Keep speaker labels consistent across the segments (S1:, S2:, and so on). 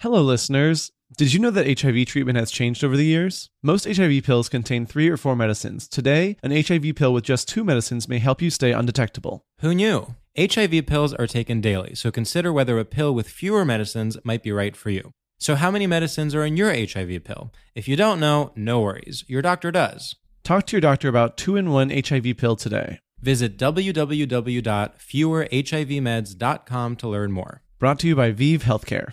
S1: Hello, listeners. Did you know that HIV treatment has changed over the years? Most HIV pills contain three or four medicines. Today, an HIV pill with just two medicines may help you stay undetectable.
S2: Who knew? HIV pills are taken daily, so consider whether a pill with fewer medicines might be right for you. So, how many medicines are in your HIV pill? If you don't know, no worries. Your doctor does.
S1: Talk to your doctor about two in one HIV pill today.
S2: Visit www.fewerhivmeds.com to learn more.
S1: Brought to you by Vive Healthcare.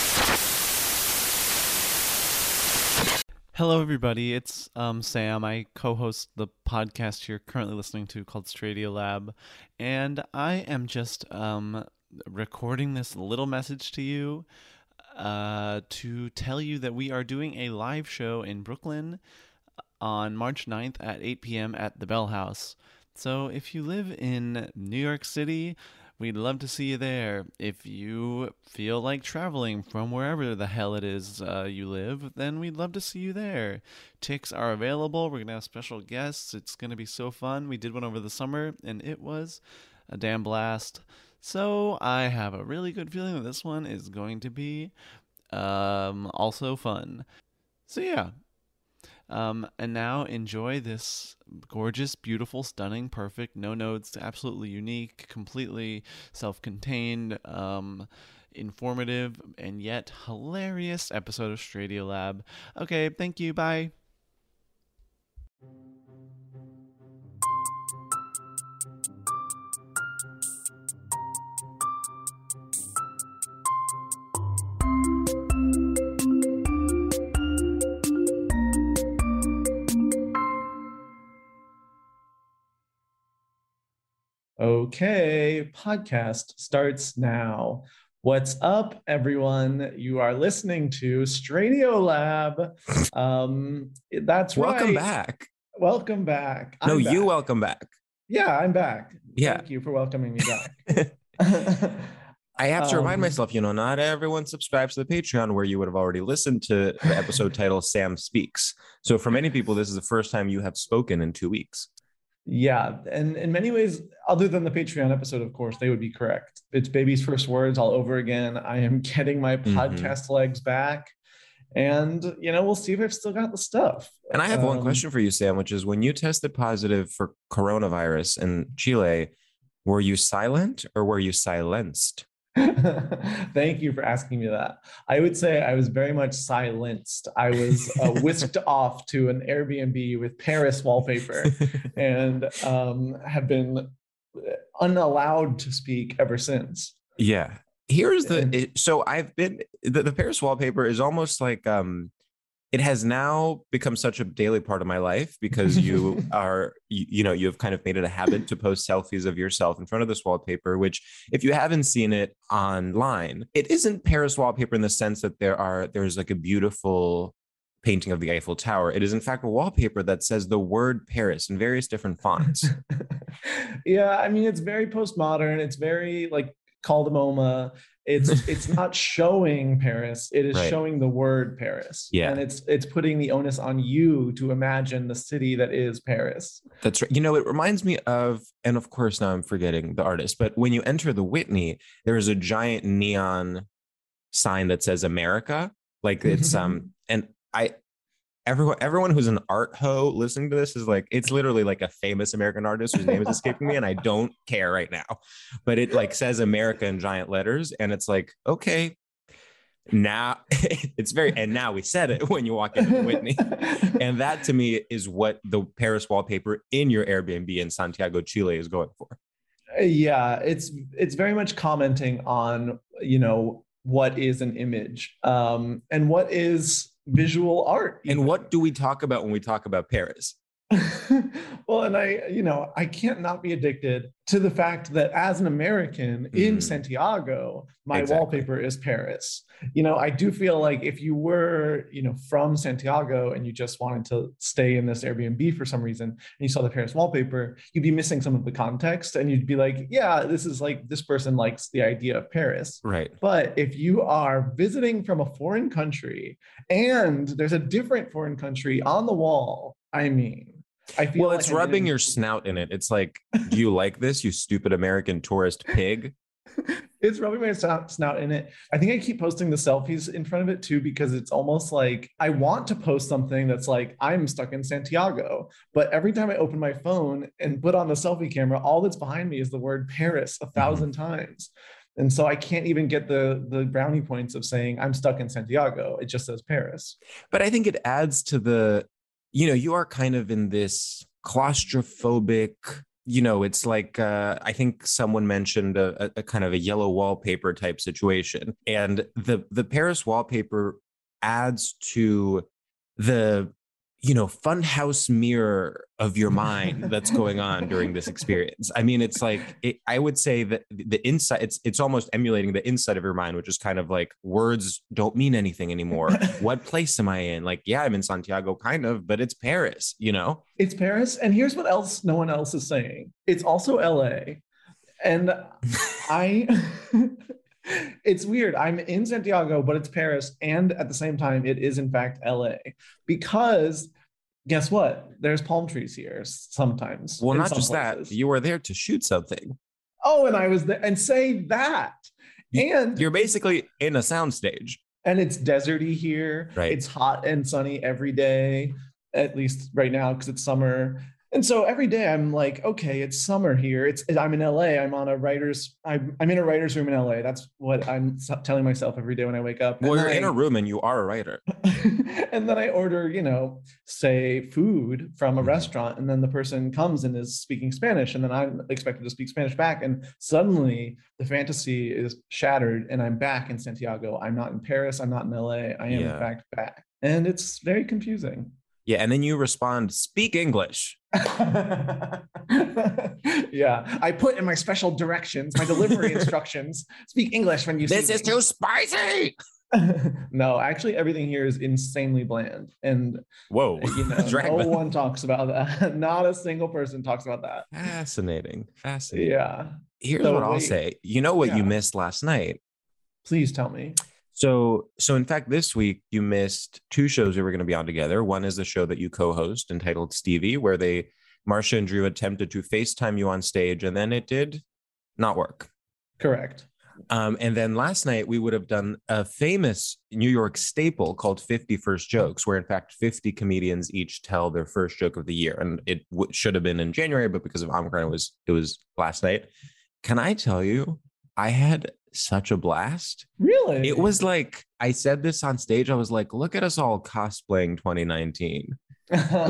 S1: Hello, everybody. It's um, Sam. I co host the podcast you're currently listening to called Stradio Lab. And I am just um, recording this little message to you uh, to tell you that we are doing a live show in Brooklyn on March 9th at 8 p.m. at the Bell House. So if you live in New York City, we'd love to see you there. If you feel like traveling from wherever the hell it is uh, you live, then we'd love to see you there. Ticks are available. We're going to have special guests. It's going to be so fun. We did one over the summer, and it was a damn blast. So I have a really good feeling that this one is going to be um, also fun. So yeah. Um, and now enjoy this gorgeous, beautiful, stunning, perfect, no nodes, absolutely unique, completely self contained, um, informative, and yet hilarious episode of Stradio Lab. Okay, thank you. Bye. Okay, podcast starts now. What's up, everyone? You are listening to Stradio Lab. Um, that's
S2: Welcome
S1: right.
S2: back.
S1: Welcome back.
S2: no,
S1: I'm back.
S2: you welcome back.
S1: Yeah, I'm back.
S2: Yeah.
S1: Thank you for welcoming me back.
S2: I have
S1: Um,
S2: to remind myself, you know, not everyone subscribes to the Patreon where you would have already listened to the episode titled Sam Speaks. So for many people, this is the first time you have spoken in two weeks.
S1: yeah, and in many ways, other than the Patreon episode, of course, they would be correct. It's baby's first words all over again. I am getting my
S2: Mhm.
S1: podcast legs back, and you know, we'll see if I've still got the stuff.
S2: And I have one
S1: Um,
S2: question for you, Sam, which is when you tested positive for coronavirus in Chile, were you silent or were you silenced?
S1: Thank you for asking me that. I would say I was very much silenced. I was uh, whisked off to an Airbnb with Paris wallpaper and um, have been
S3: uh,
S1: unallowed to speak ever since.
S2: yeah. Here's the
S1: And-
S2: it- so I've been the, the Paris wallpaper is almost like um it has now become such a daily part of my life because you are you, you know you have kind of made it a habit to post selfies of yourself in front of this wallpaper which if you haven't seen it online it isn't paris wallpaper in the sense that there are there's like a beautiful painting of the Eiffel Tower. It is, in fact, wallpaper that says the word Paris in various different fonts.
S3: yeah, I mean, it's very postmodern. It's very like Caldemoma. It's it's not showing Paris. It is
S2: Right.
S3: showing the word Paris.
S2: Yeah.
S3: and it's it's putting the onus on you to imagine the city that is Paris.
S2: That's right. You know, it reminds me of, and of course, now I'm forgetting the artist, but when you enter the Whitney, there is a giant neon sign that says America. Like it's, um, and I, everyone, everyone who's an art ho listening to this is like, it's literally like a famous American artist whose name is escaping me, and I don't care right now. But it like says America in giant letters, and it's like, okay, now it's very, and now we said it when you walk into the Whitney and that to me is what the Paris wallpaper in your Airbnb in Santiago, Chile is going for.
S3: yeah it's it's very much commenting on you know what is an image um and what is visual art
S2: And
S3: even.
S2: what do we talk about when we talk about Paris?
S3: well and i you know i can't not be addicted to the fact that as an american in
S2: Mhm.
S3: santiago my
S2: Exactly.
S3: wallpaper is paris you know i do feel like if you were you know from santiago and you just wanted to stay in this airbnb for some reason and you saw the paris wallpaper you'd be missing some of the context and you'd be like yeah this is like this person likes the idea of paris
S2: Right.
S3: but if you are visiting from a foreign country and there's a different foreign country on the wall, I mean, I feel
S2: Well,
S3: like
S2: it's
S3: I'm
S2: rubbing
S3: in-
S2: your snout in it. It's like, do you like this, you stupid American tourist pig?
S3: it's rubbing my snout, snout in it. I think I keep posting the selfies in front of it too because it's almost like I want to post something that's like I'm stuck in Santiago, but every time I open my phone and put on the selfie camera, all that's behind me is the word Paris
S2: Mm-hmm.
S3: a 1000 times. And so I can't even get the the brownie points of saying I'm stuck in Santiago. It just says Paris.
S2: But I think it adds to the, you know, you are kind of in this claustrophobic, you know, it's like uh, I think someone mentioned a, a- a kind of a yellow wallpaper type situation, and the the Paris wallpaper adds to the you know funhouse mirror of your mind that's going on during this experience i mean it's like it, i would say that the the inside it's it's almost emulating the inside of your mind which is kind of like words don't mean anything anymore what place am i in like yeah i'm in santiago kind of but it's paris you know
S3: It's Paris. And here's what else no one else is saying it's also LA. And I, it's weird. I'm in Santiago, but it's Paris. And at the same time, it is in fact LA because guess what? There's palm trees here sometimes.
S2: well
S3: in
S2: not
S3: some
S2: just that
S3: places.
S2: you were there to shoot something
S3: oh, and I was there and say that.
S2: You-
S3: And
S2: you're basically in a soundstage
S3: and it's deserty here.
S2: Right.
S3: It's hot and sunny every day, at least right now because it's summer. And so every day I'm like, okay, it's summer here. It's I'm in LA. I'm on a writer's. I'm I'm in a writer's room in LA. That's what I'm s- telling myself every day when I wake up.
S2: well
S3: And
S2: you're in
S3: I-
S2: a room and you are a writer
S3: and then I order, you know, say food from a
S2: Mhm.
S3: restaurant, and then the person comes and is speaking Spanish, and then I'm expected to speak Spanish back, and suddenly the fantasy is shattered, and I'm back in Santiago. I'm not in Paris. I'm not in LA. I am
S2: Yeah.
S3: in fact back, and it's very confusing.
S2: yeah and then you respond speak english
S3: yeah, I put in my special directions, my delivery instructions. Speak English when you.
S2: this
S3: see
S2: is
S3: me."
S2: too spicy
S3: no, actually, everything here is insanely bland, and
S2: whoa
S3: you know,
S2: Dragman.
S3: no one talks about that. Not a single person talks about that.
S2: fascinating fascinating
S3: Yeah.
S2: here's
S3: So
S2: what I'll
S3: wait.
S2: say. You know what
S3: Yeah.
S2: you missed last night.
S3: Please tell me.
S2: So, so in fact, this week you missed two shows we were going to be on together. One is the show that you co-host entitled Stevie, where they Marsha and Drew attempted to FaceTime you on stage, and then it did not work.
S3: Correct.
S2: Um, and then last night we would have done a famous New York staple called 50 First Jokes, where in fact 50 comedians each tell their first joke of the year. And it w- should have been in January, but because of Omicron, it was it was last night. Can I tell you, I had such a blast.
S3: Really?
S2: It was like I said this on stage. I was like, look at us all cosplaying 2019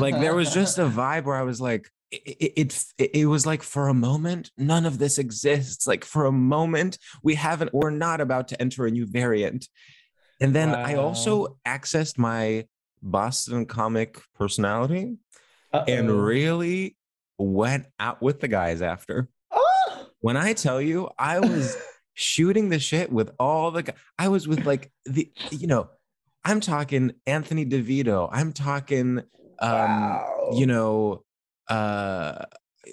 S2: like there was just a vibe where I was like, it, it, it, it was like for a moment, none of this exists. Like for a moment, we haven't, we're not about to enter a new variant. And then I also accessed my Boston comic personality
S3: Uh-oh.
S2: and really went out with the guys after.
S3: Oh!
S2: When I tell you, I was shooting the shit with all the guys. I was with like the, you know, I'm talking Anthony DeVito. I'm talking, um,
S3: Wow.
S2: you know, uh,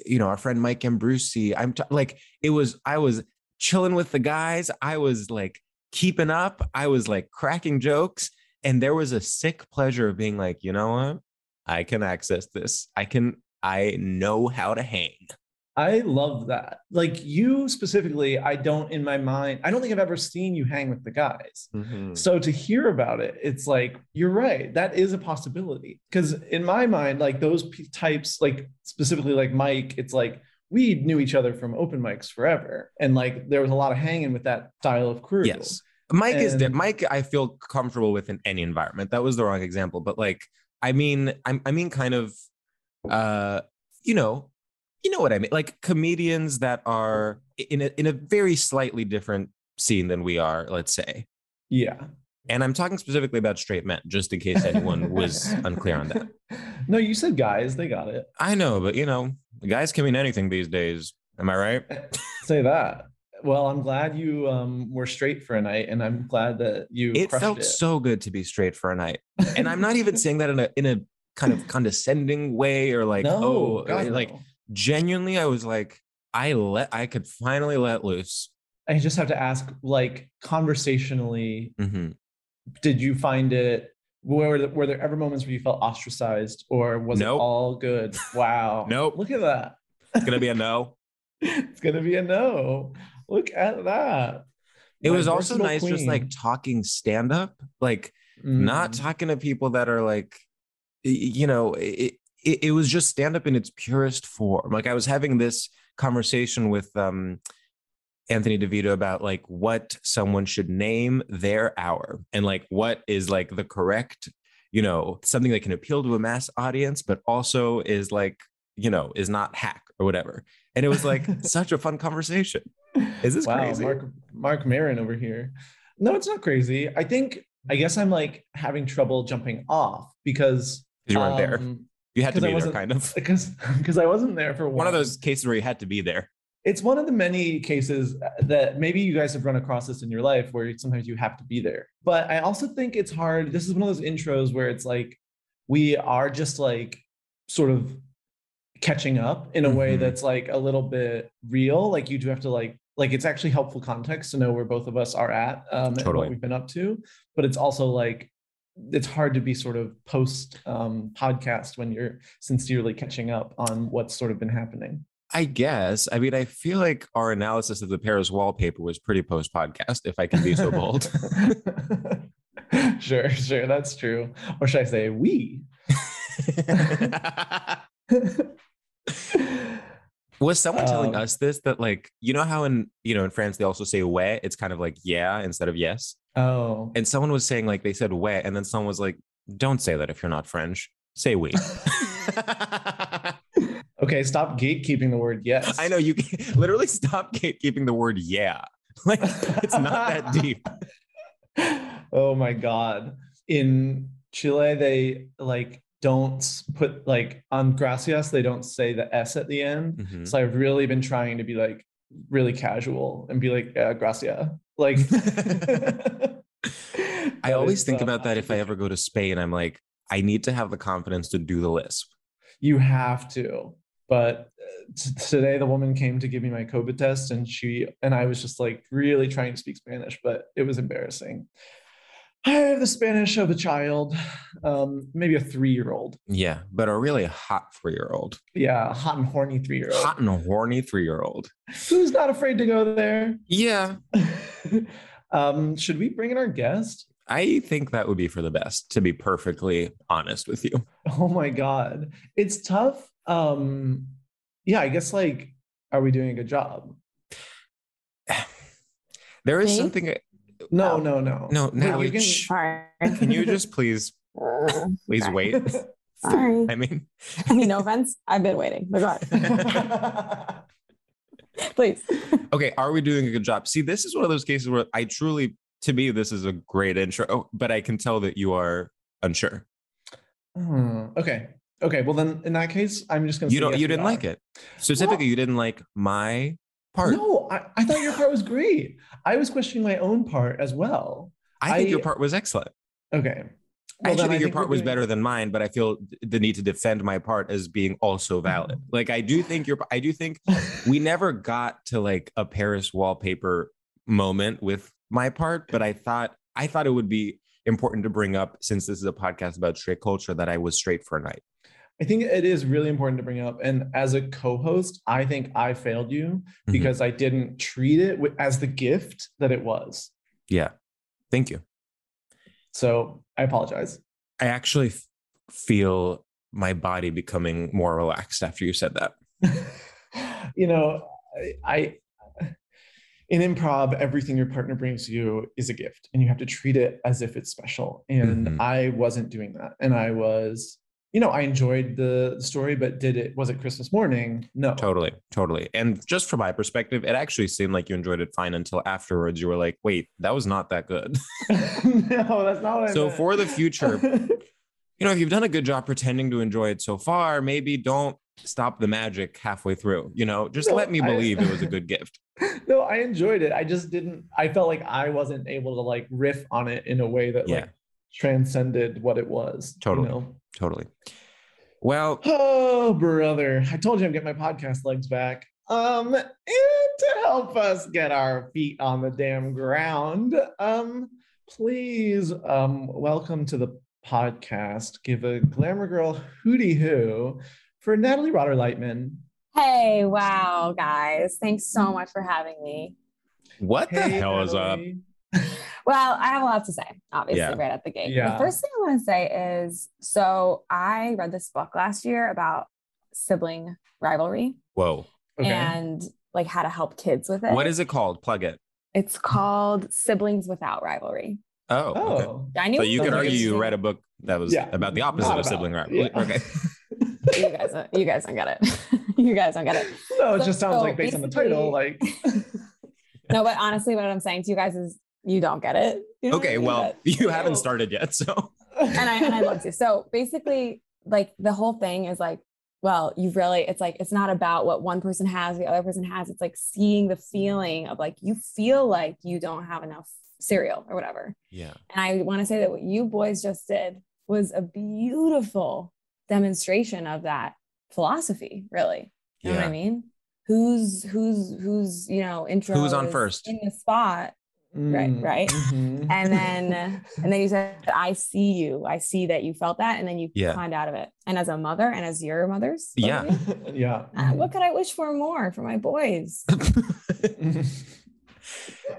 S2: you know, our friend Mike Ambrusi. I'm t- like, it was, I was chilling with the guys. I was like keeping up. I was like cracking jokes. And there was a sick pleasure of being like, you know what? I can access this. I can, I know how to hang.
S3: I love that. Like you specifically, I don't in my mind, I don't think I've ever seen you hang with the guys.
S2: Hmm.
S3: So to hear about it, it's like, you're right. That is a possibility. Because in my mind, like those p- types, like specifically like Mike, it's like we knew each other from open mics forever. And like there was a lot of hanging with that style of crew.
S2: Yes. Mike is there.
S3: And-
S2: Mike, I feel comfortable with in any environment. That was the wrong example, but like, I mean, I'm, I mean, kind of, uh, you know, you know what I mean. Like comedians that are in a in a very slightly different scene than we are, let's say.
S3: Yeah.
S2: And I'm talking specifically about straight men, just in case anyone was unclear on that.
S3: No, you said guys, they got it.
S2: I know, but you know, guys can mean anything these days. Am I right?
S3: Say that. Well, I'm glad you um, were straight for a night, and I'm glad that you
S2: It
S3: crushed
S2: felt
S3: it.
S2: so good to be straight for a night. and I'm not even saying that in a in a kind of condescending way or like
S3: no,
S2: oh
S3: God,
S2: like
S3: no.
S2: genuinely I was like I let I could finally let loose.
S3: I just have to ask, like conversationally,
S2: Mhm.
S3: did you find it? Were there, were there ever moments where you felt ostracized, or was
S2: Nope.
S3: it all good? Wow.
S2: Nope.
S3: Look at that.
S2: It's gonna be a no.
S3: It's gonna be a no. Look at that.
S2: It
S3: My
S2: was also
S3: versatile
S2: nice just like
S3: queen.
S2: talking stand up, like not
S3: Mm.
S2: talking to people that are like, y- you know, it, it, it was just stand up in its purest form. Like I was having this conversation with um, Anthony DeVito about like what someone should name their hour and like what is like the correct, you know, something that can appeal to a mass audience, but also is like, you know, is not hack or whatever. And it was like such a fun conversation. Is this
S3: Mm-hmm. wow,
S2: crazy?
S3: Mark Mark Marin over here. No, it's not crazy. I think I guess I'm like having trouble jumping off because
S2: You weren't there.
S3: um,
S2: You had to
S3: 'cause I
S2: be there,
S3: wasn't-
S2: kind of.
S3: because because I wasn't there for
S2: One of those cases where you had to be there.
S3: It's one of the many cases uh, that maybe you guys have run across this in your life where sometimes you have to be there. But I also think it's hard. This is one of those intros where it's like we are just like sort of catching up in a way
S2: Mhm.
S3: that's like a little bit real. Like you do have to like like it's actually helpful context to know where both of us are at um, and
S2: Totally.
S3: what we've been up to. But it's also like it's hard to be sort of post um, podcast when you're sincerely catching up on what's sort of been happening.
S2: I guess. I mean, I feel like our analysis of the Paris wallpaper was pretty post podcast, if I can be so bold.
S3: sure, sure, that's true. Or should I say we?
S2: was someone telling
S3: Um,
S2: us this that, like, you know how in you know in France they also say ouais, it's kind of like yeah instead of yes.
S3: oh.
S2: And someone was saying like they said ouais, and then someone was like, don't say that if you're not French, say we.
S3: Okay, stop gatekeeping the word yes.
S2: I know you can literally stop gatekeeping the word yeah. Like it's not that deep.
S3: oh my god in chile they like don't s- put like on gracias they don't say the s at the end
S2: Mhm.
S3: so i've really been trying to be like really casual and be like uh, gracia like
S2: I
S3: That
S2: always
S3: is,
S2: think
S3: uh,
S2: about that if I ever go to Spain. I'm like, I need to have the confidence to do the lisp.
S3: you have to but uh, t- today the woman came to give me my covid test and she and i was just like really trying to speak spanish but it was embarrassing i have the spanish of a child um maybe a three-year-old
S2: Yeah, but a really hot three year old,
S3: yeah a hot and horny three-year-old
S2: hot and horny three year old.
S3: who's not afraid to go there
S2: Yeah,
S3: um should we bring in our guest
S2: I think that would be for the best. To be perfectly honest with you,
S3: oh my god it's tough um yeah i guess like are we doing a good job
S2: there is
S4: Me?
S2: something.
S3: no no no
S2: No,
S3: But you
S2: Natalie,
S3: can-
S2: shh.
S5: Sorry.
S2: can you just please, please wait?
S5: Sorry.
S2: I mean,
S5: I mean, no offense. I've been waiting. But go on. Please.
S2: okay, are we doing a good job? See, this is one of those cases where I truly, to me, this is a great intro, Oh, but I can tell that you are unsure.
S3: Hmm, okay. Okay. Well, then in that case, I'm just gonna.
S2: You
S3: say
S2: don't.
S3: yes,
S2: You
S3: we
S2: didn't
S3: are.
S2: like it. Specifically, you didn't like my part.
S3: No, I, I thought your part was great. I was questioning my own part as well.
S2: I think your
S3: I-
S2: part was excellent. I
S3: Okay. Well, then
S2: actually think your
S3: we're
S2: part was
S3: doing-
S2: better than mine, but I feel th- the need to defend my part as being
S3: Mm-hmm.
S2: also valid. Like I do think your I do think we never got to like a Paris wallpaper moment with my part, but I thought I thought it would be important to bring up since this is a podcast about straight culture that I was straight for a night.
S3: I think it is really important to bring up. And as a co host, I think I failed you
S2: Mm-hmm.
S3: because I didn't treat it wi- as the gift that it was.
S2: Yeah. Thank you.
S3: So I apologize.
S2: I actually f- feel my body becoming more relaxed after you said that.
S3: you know, I, I, in improv, everything your partner brings you is a gift and you have to treat it as if it's special. And
S2: Mhm.
S3: I wasn't doing that. And I was, you know, I enjoyed the the story, but did it, was it Christmas morning? No.
S2: Totally, totally. And just from my perspective, it actually seemed like you enjoyed it fine until afterwards you were like, wait, that was not that good.
S3: no, that's not what I
S2: So
S3: meant.
S2: for the future, you know, if you've done a good job pretending to enjoy it so far, maybe don't stop the magic halfway through. You know, just
S3: No,
S2: let me
S3: I-
S2: believe it was a good gift.
S3: no, I enjoyed it. I just didn't, I felt like I wasn't able to like riff on it in a way that
S2: Yeah.
S3: like transcended what it was. you
S2: Totally.
S3: know?
S2: Totally. Well,
S3: Oh, brother. I told you I'm getting my podcast legs back. Um, and to help us get our feet on the damn ground, um, please um welcome to the podcast. Give a glamour girl hootie hoo for Natalie Rotter Lightman.
S5: Hey, wow, guys. Thanks so much for having me.
S2: what the hell is up?
S5: Well, I have a lot to say, obviously,
S2: Yeah.
S5: right at the gate.
S3: Yeah.
S5: The first thing I want to say is so I read this book last year about sibling rivalry
S2: Whoa.
S3: Okay.
S5: and like how to help kids with it.
S2: What is it called? Plug it.
S5: It's called Siblings Without Rivalry.
S2: Oh.
S3: oh,
S2: okay.
S5: I knew
S2: So you could
S3: Sounds
S2: argue you
S5: interesting.
S2: read a book that was
S3: Yeah.
S2: about the opposite
S3: Not
S2: of
S3: about-
S2: sibling rivalry.
S3: yeah.
S2: Okay.
S5: you guys, don't- you guys don't get it. you guys don't get it.
S3: no, it just sounds
S5: So
S3: like based on the title, like
S5: No, but honestly, what I'm saying to you guys is you don't get it. You don't
S2: Okay.
S5: get
S2: Well,
S5: it.
S2: you haven't started yet. So
S5: and I and I love to. So basically, like the whole thing is like, well, you really, it's like it's not about what one person has, the other person has. It's like seeing the feeling of like you feel like you don't have enough cereal or whatever.
S2: yeah.
S5: And I want to say that what you boys just did was a beautiful demonstration of that philosophy, really. You know what I
S2: Yeah.
S5: mean? Who's who's who's you know intro
S2: Who's on
S5: is
S2: first?
S5: in the spot, Right,
S3: Mm,
S5: right.
S3: mhm.
S5: and then and then you said, "I see you. I see that you felt that," and then you
S2: Yeah.
S5: climbed out of it. And as a mother, and as your mothers, both
S2: Yeah.
S5: of you,
S3: yeah.
S5: uh, what could I wish for more for my boys?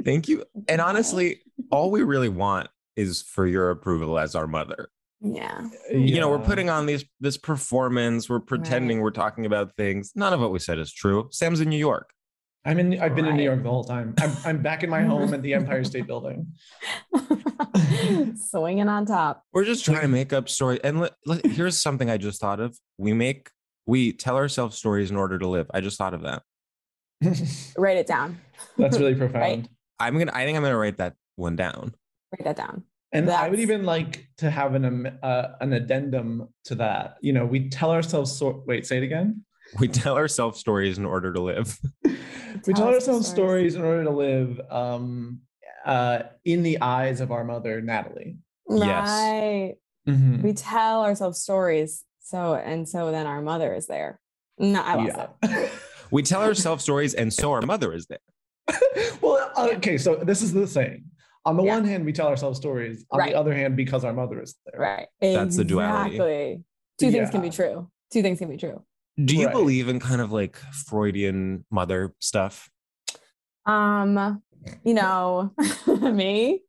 S2: Thank you. And honestly, all we really want is for your approval as our mother.
S5: yeah,
S2: You know, we're
S3: Yeah.
S2: putting on these this performance, we're pretending we're talking about things. None of what we said is true. Sam's in New York.
S3: I'm in. I've been in New
S5: Right.
S3: York the whole time. I'm, I'm back in my home at the Empire State Building.
S5: swinging on top.
S2: We're just trying to make up stories. And let, let- here's something I just thought of. We make we tell ourselves stories in order to live. I just thought of that.
S3: That's
S5: Write it down.
S3: really profound.
S2: I'm gonna I think I'm gonna write that one down.
S5: Write that down.
S3: And I would
S5: That's-
S3: even like to have an am- uh, an addendum to that. You know, we tell ourselves. So- wait, say it again.
S2: We tell ourselves stories in order to live.
S3: we tell
S5: us
S3: ourselves stories
S5: stories.
S3: in order to live um, uh, in the eyes of our mother, Natalie.
S2: Yes.
S5: Right.
S3: Mhm.
S5: We tell ourselves stories. So and so then our mother is there. No, I lost it.
S3: Yeah.
S2: We tell ourselves stories, and so our mother is there.
S3: well, uh, okay. So this is the saying. On the
S5: Yeah.
S3: one hand, we tell ourselves stories. On
S5: Right.
S3: the other hand, because our mother is there.
S5: Right.
S2: That's the duality.
S5: Exactly. Two things can be
S3: Yeah.
S5: true. Two things can be true.
S2: Do you
S3: Right.
S2: believe in kind of like Freudian mother stuff?
S5: Um, you know, me.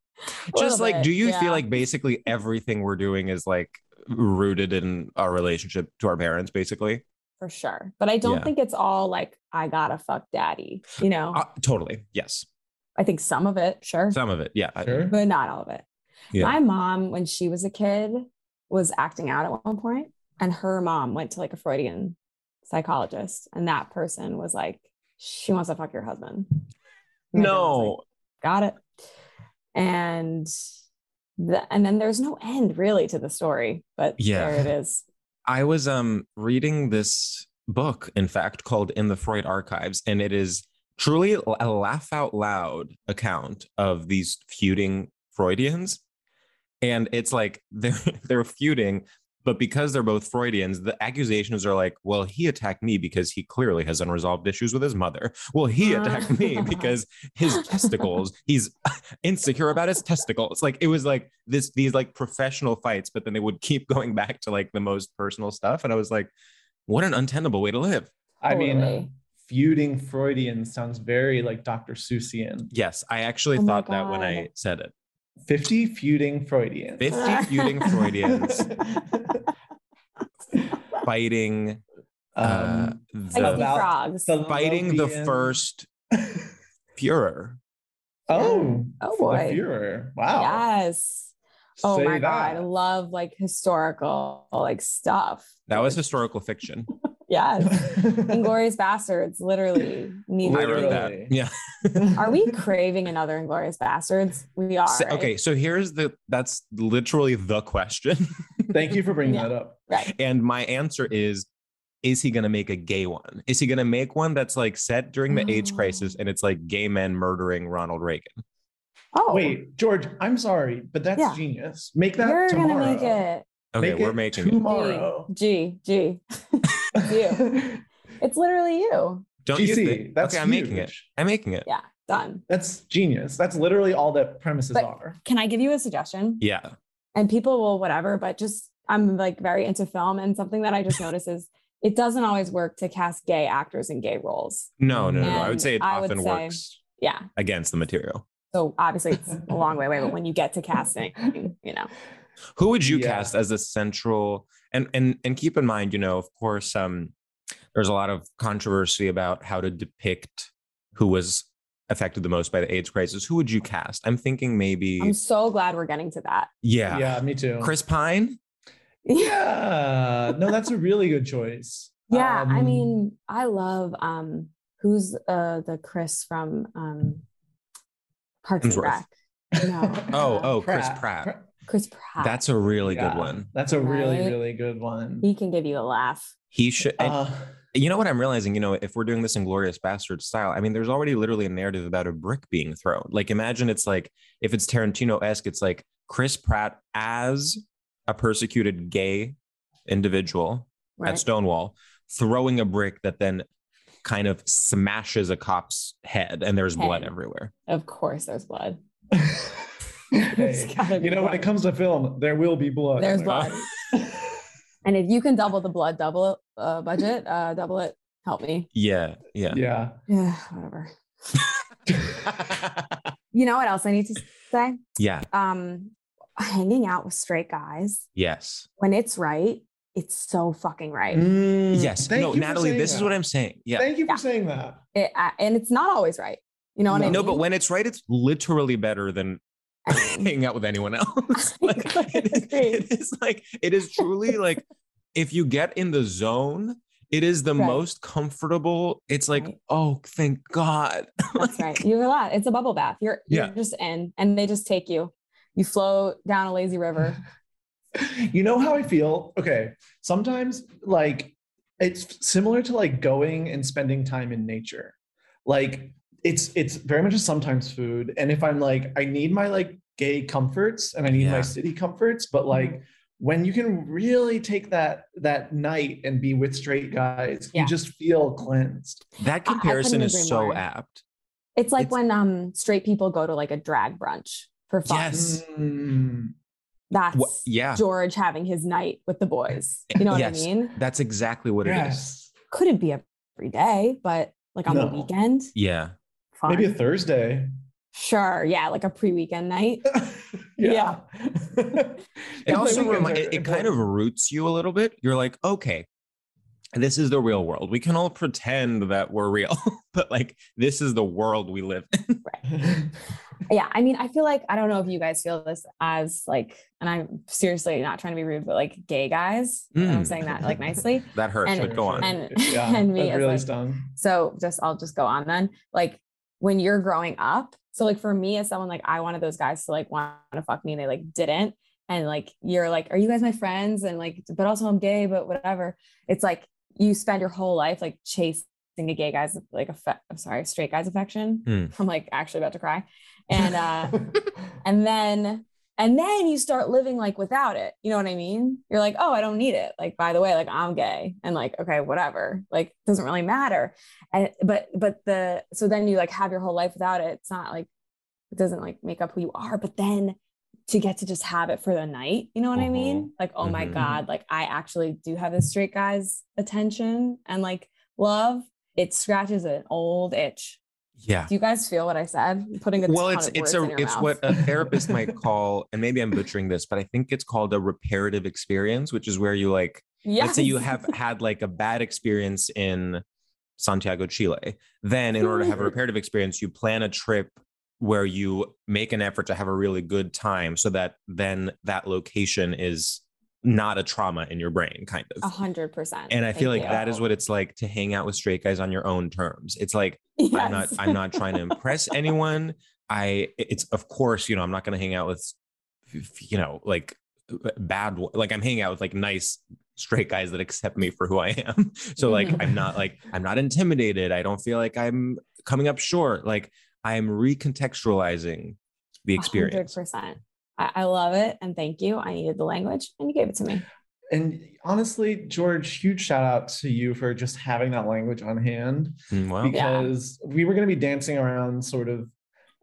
S5: A
S2: Just
S5: little
S2: like,
S5: bit,
S2: do you
S5: yeah.
S2: feel like basically everything we're doing is like rooted in our relationship to our parents, basically?
S5: for sure? But I don't
S2: Yeah.
S5: think it's all like I gotta fuck daddy. You know,
S2: Uh, totally. Yes.
S5: I think some of it, sure,
S2: Some of it. Yeah. I-
S3: Sure.
S5: but not all of it.
S2: Yeah.
S5: My mom, when she was a kid, was acting out at one point, and her mom went to like a Freudian psychologist, and that person was like, "She wants to fuck your husband." And my grandma was
S2: No.
S5: like, got it and the, and then there's no end really to the story but
S2: Yeah.
S5: there it is
S2: I was um reading this book, in fact, called In the Freud Archives, and it is truly a laugh out loud account of these feuding Freudians. and it's like they're they're feuding but because they're both freudians the accusations are like well he attacked me because he clearly has unresolved issues with his mother well he
S5: Ah.
S2: attacked me because his testicles he's insecure about his testicles like it was like this these like professional fights but then they would keep going back to like the most personal stuff and i was like what an untenable way to live
S3: I mean,
S5: Totally.
S3: feuding Freudian sounds very like Dr. Seussian.
S2: yes i actually
S5: Oh my
S2: thought that when i
S5: God.
S2: said it
S3: 50 feuding Freudian.
S2: 50 feuding freudians fighting uh,
S3: um,
S5: Like
S2: the,
S3: about-
S5: the frogs.
S3: the-
S2: uh, fighting the
S3: Lovian-
S2: first Führer.
S3: oh,
S5: Oh,
S3: for
S5: boy.
S3: The Fuhrer. Wow.
S5: Yes. Oh
S3: Say
S5: my
S3: that.
S5: god, I love like historical like stuff.
S2: That was historical fiction.
S5: Yes. Inglorious Bastards literally needed.
S2: I wrote that.
S3: Literally.
S2: Yeah.
S5: Are we craving another Inglorious Bastards? We are.
S2: So-
S5: right?
S2: okay. So here's the that's literally the question.
S3: Thank you for bringing
S5: Yeah.
S3: that up.
S5: Right.
S2: And my answer is is he going to make a gay one? Is he going to make one that's like set during the AIDS
S5: Oh.
S3: Mm.
S2: crisis and it's like gay men murdering Ronald Reagan?
S5: Oh,
S3: Wait, George, I'm sorry, but that's
S5: Yeah.
S3: genius. Make that
S5: You're
S3: tomorrow.
S5: gonna make it.
S2: Okay,
S3: Make
S2: we're
S3: it
S2: making it.
S3: tomorrow.
S5: G G. You. It's literally you.
S2: Don't you
S3: GC,
S2: think?
S3: that's
S2: okay, I'm making it.
S3: huge.
S2: I'm making it.
S5: Yeah. Done.
S3: That's genius. That's literally all that premises
S5: But-
S3: are.
S5: Can I give you a suggestion?
S2: Yeah.
S5: and people will whatever but just i'm like very into film and something that i just notice is it doesn't always work to cast gay actors in gay roles
S2: No, no, no. no. I
S3: Mm,
S2: would
S5: And
S2: say it
S5: I would
S2: often
S5: say-
S2: works
S5: yeah
S2: against the material.
S5: so obviously it's a long way away but when you get to casting you know
S2: Who would you
S3: Yeah.
S2: cast as the central? And and and keep in mind, you know, of course, um, there's a lot of controversy about how to depict who was affected the most by the AIDS crisis. Who would you cast? I'm thinking maybe,
S5: i'm so glad we're getting to that
S2: yeah,
S3: Yeah, me too.
S2: Chris Pine.
S3: Yeah. No, that's a really good choice.
S5: yeah i
S3: Um,
S5: mean i love um who's uh the chris from um parks and
S2: Hemsworth.
S5: rec no
S2: Oh,
S5: uh,
S2: oh, Chris Pratt.
S5: chris pratt
S2: That's a really
S3: Yeah.
S2: good one.
S3: That's a really,
S5: Right?
S3: really good one.
S5: he can give you a laugh
S2: He should. and
S3: Uh,
S2: you know what I'm realizing? You know, if we're doing this Inglorious Bastard style, I mean, there's already literally a narrative about a brick being thrown. Like, imagine it's like, if it's Tarantino esque, it's like Chris Pratt as a persecuted gay individual
S5: right
S2: at Stonewall throwing a brick that then kind of smashes a cop's head and there's blood
S5: Head.
S2: everywhere.
S5: of course there's blood There's
S3: hey,
S5: gotta be
S3: you know, when
S5: blood.
S3: it comes to film, there will be blood. Oh
S5: There's
S3: Am I
S5: blood.
S3: right?
S5: And if you can double the blood double uh, budget, uh, double it. Help me.
S2: Yeah. Yeah.
S3: Yeah.
S5: Yeah, whatever. You know what else I need to say?
S2: yeah.
S5: Um, hanging out with straight guys
S2: Yes.
S5: when it's right, it's so fucking right.
S3: Mm,
S2: Yes.
S3: thank
S2: no,
S3: you for
S2: Natalie,
S3: saying
S2: this is
S3: that.
S2: what I'm saying. Yeah.
S3: Thank you for
S5: Yeah.
S3: saying that.
S5: It, I, and it's not always right. You know what I mean?
S2: Mm-hmm. No, but when it's right, it's literally better than
S5: I mean,
S2: hanging out with anyone else.
S5: I
S2: like,
S5: couldn't
S2: it, is,
S5: agree.
S2: it is like it is truly like if you get in the zone, it is the
S5: Right.
S2: most comfortable. It's like,
S5: Right.
S2: oh, thank God.
S5: that's right. You have a lot. It's a bubble bath. You're, you're
S2: Yeah.
S5: just in, and they just take you. You flow down a lazy river.
S3: You know how I feel? Okay. Sometimes, like, it's similar to like going and spending time in nature. Like, it's it's very much a sometimes food. And if I'm like, I need my like gay comforts and I need
S2: Yeah.
S3: my city comforts,
S5: Mm-hmm.
S3: but like when you can really take that that night and be with straight guys,
S5: Yeah.
S3: you just feel cleansed.
S2: That
S5: I- I couldn't
S2: comparison
S5: agree
S2: is so
S5: more.
S2: apt.
S5: It's like
S2: It's-
S5: when um straight people go to like a drag brunch for fun.
S2: Yes.
S3: Mm.
S5: That's
S2: Wha- yeah.
S5: George having his night with the boys. You know what
S2: Yes.
S5: I mean?
S2: That's exactly what it is.
S3: yes.
S5: Couldn't be every day, but like on the
S3: No.
S5: weekend,
S2: Yeah.
S5: fun.
S3: Maybe a Thursday.
S5: sure, yeah, like a pre-weekend night.
S3: yeah.
S2: It also remi- it, it kind of roots you a little bit. You're like, okay, this is the real world. We can all pretend that we're real, but like this is the world we live in.
S5: Yeah, I mean, I feel like I don't know if you guys feel this as like, and I'm seriously not trying to be rude, but like gay guys. and I'm
S2: Mm.
S5: saying that like nicely.
S2: That hurts,
S5: And-
S2: but go on.
S5: and- and me
S3: that
S5: as,
S3: really
S5: like,
S3: stung.
S5: So just I'll just go on then. Like when you're growing up, so like for me as someone like I wanted those guys to like want to fuck me and they like didn't. And like you're like, are you guys my friends? And like, but also I'm gay, but whatever. It's like you spend your whole life like chasing a gay guy's like affe- I'm sorry, straight guy's affection.
S2: Hmm.
S5: uh, I'm like actually about to cry. And uh and then And then you start living like without it. You know what I mean? You're like, oh, I don't need it. Like, by the way, like I'm gay and like, okay, whatever. Like, doesn't really matter. And but but the so then you like have your whole life without it. It's not like it doesn't like make up who you are. But then to get to just have it for the night, you know what I
S2: Mhm.
S5: mean? Like, oh my
S2: Mhm.
S5: God, like I actually do have this straight guy's attention and like love. It scratches an old itch.
S2: Yeah.
S5: Do you guys feel what I said? I'm putting a
S2: well
S5: ton
S2: it's
S5: of
S2: it's
S5: words
S2: a
S5: in your
S2: it's
S5: mouth.
S2: what a therapist might call and maybe i'm butchering this but i think it's called a reparative experience which is where you like let's say you
S5: Yes.
S2: have had like a bad experience in santiago chile then in order to have a reparative experience you plan a trip where you make an effort to have a really good time so that then that location is not a trauma in your brain kind of
S5: a hundred percent.
S2: and i feel like
S5: Thank you.
S2: that is what it's like to hang out with straight guys on your own terms it's like
S5: Yes.
S2: I'm not I'm not trying to impress anyone. I it's of course, you know, I'm not going to hang out with you know, like uh, bad like I'm hanging out with like nice straight guys that accept me for who I am. So like I'm not like I'm not intimidated. I don't feel like I'm coming up short. Like I'm recontextualizing the experience.
S5: Hundred percent. I, I love it, and thank you. I needed the language, and you gave it to me.
S3: And honestly, George, huge shout out to you for just having that language on hand
S2: Mm, Wow.
S5: Yeah.
S3: because we were going to be dancing around sort of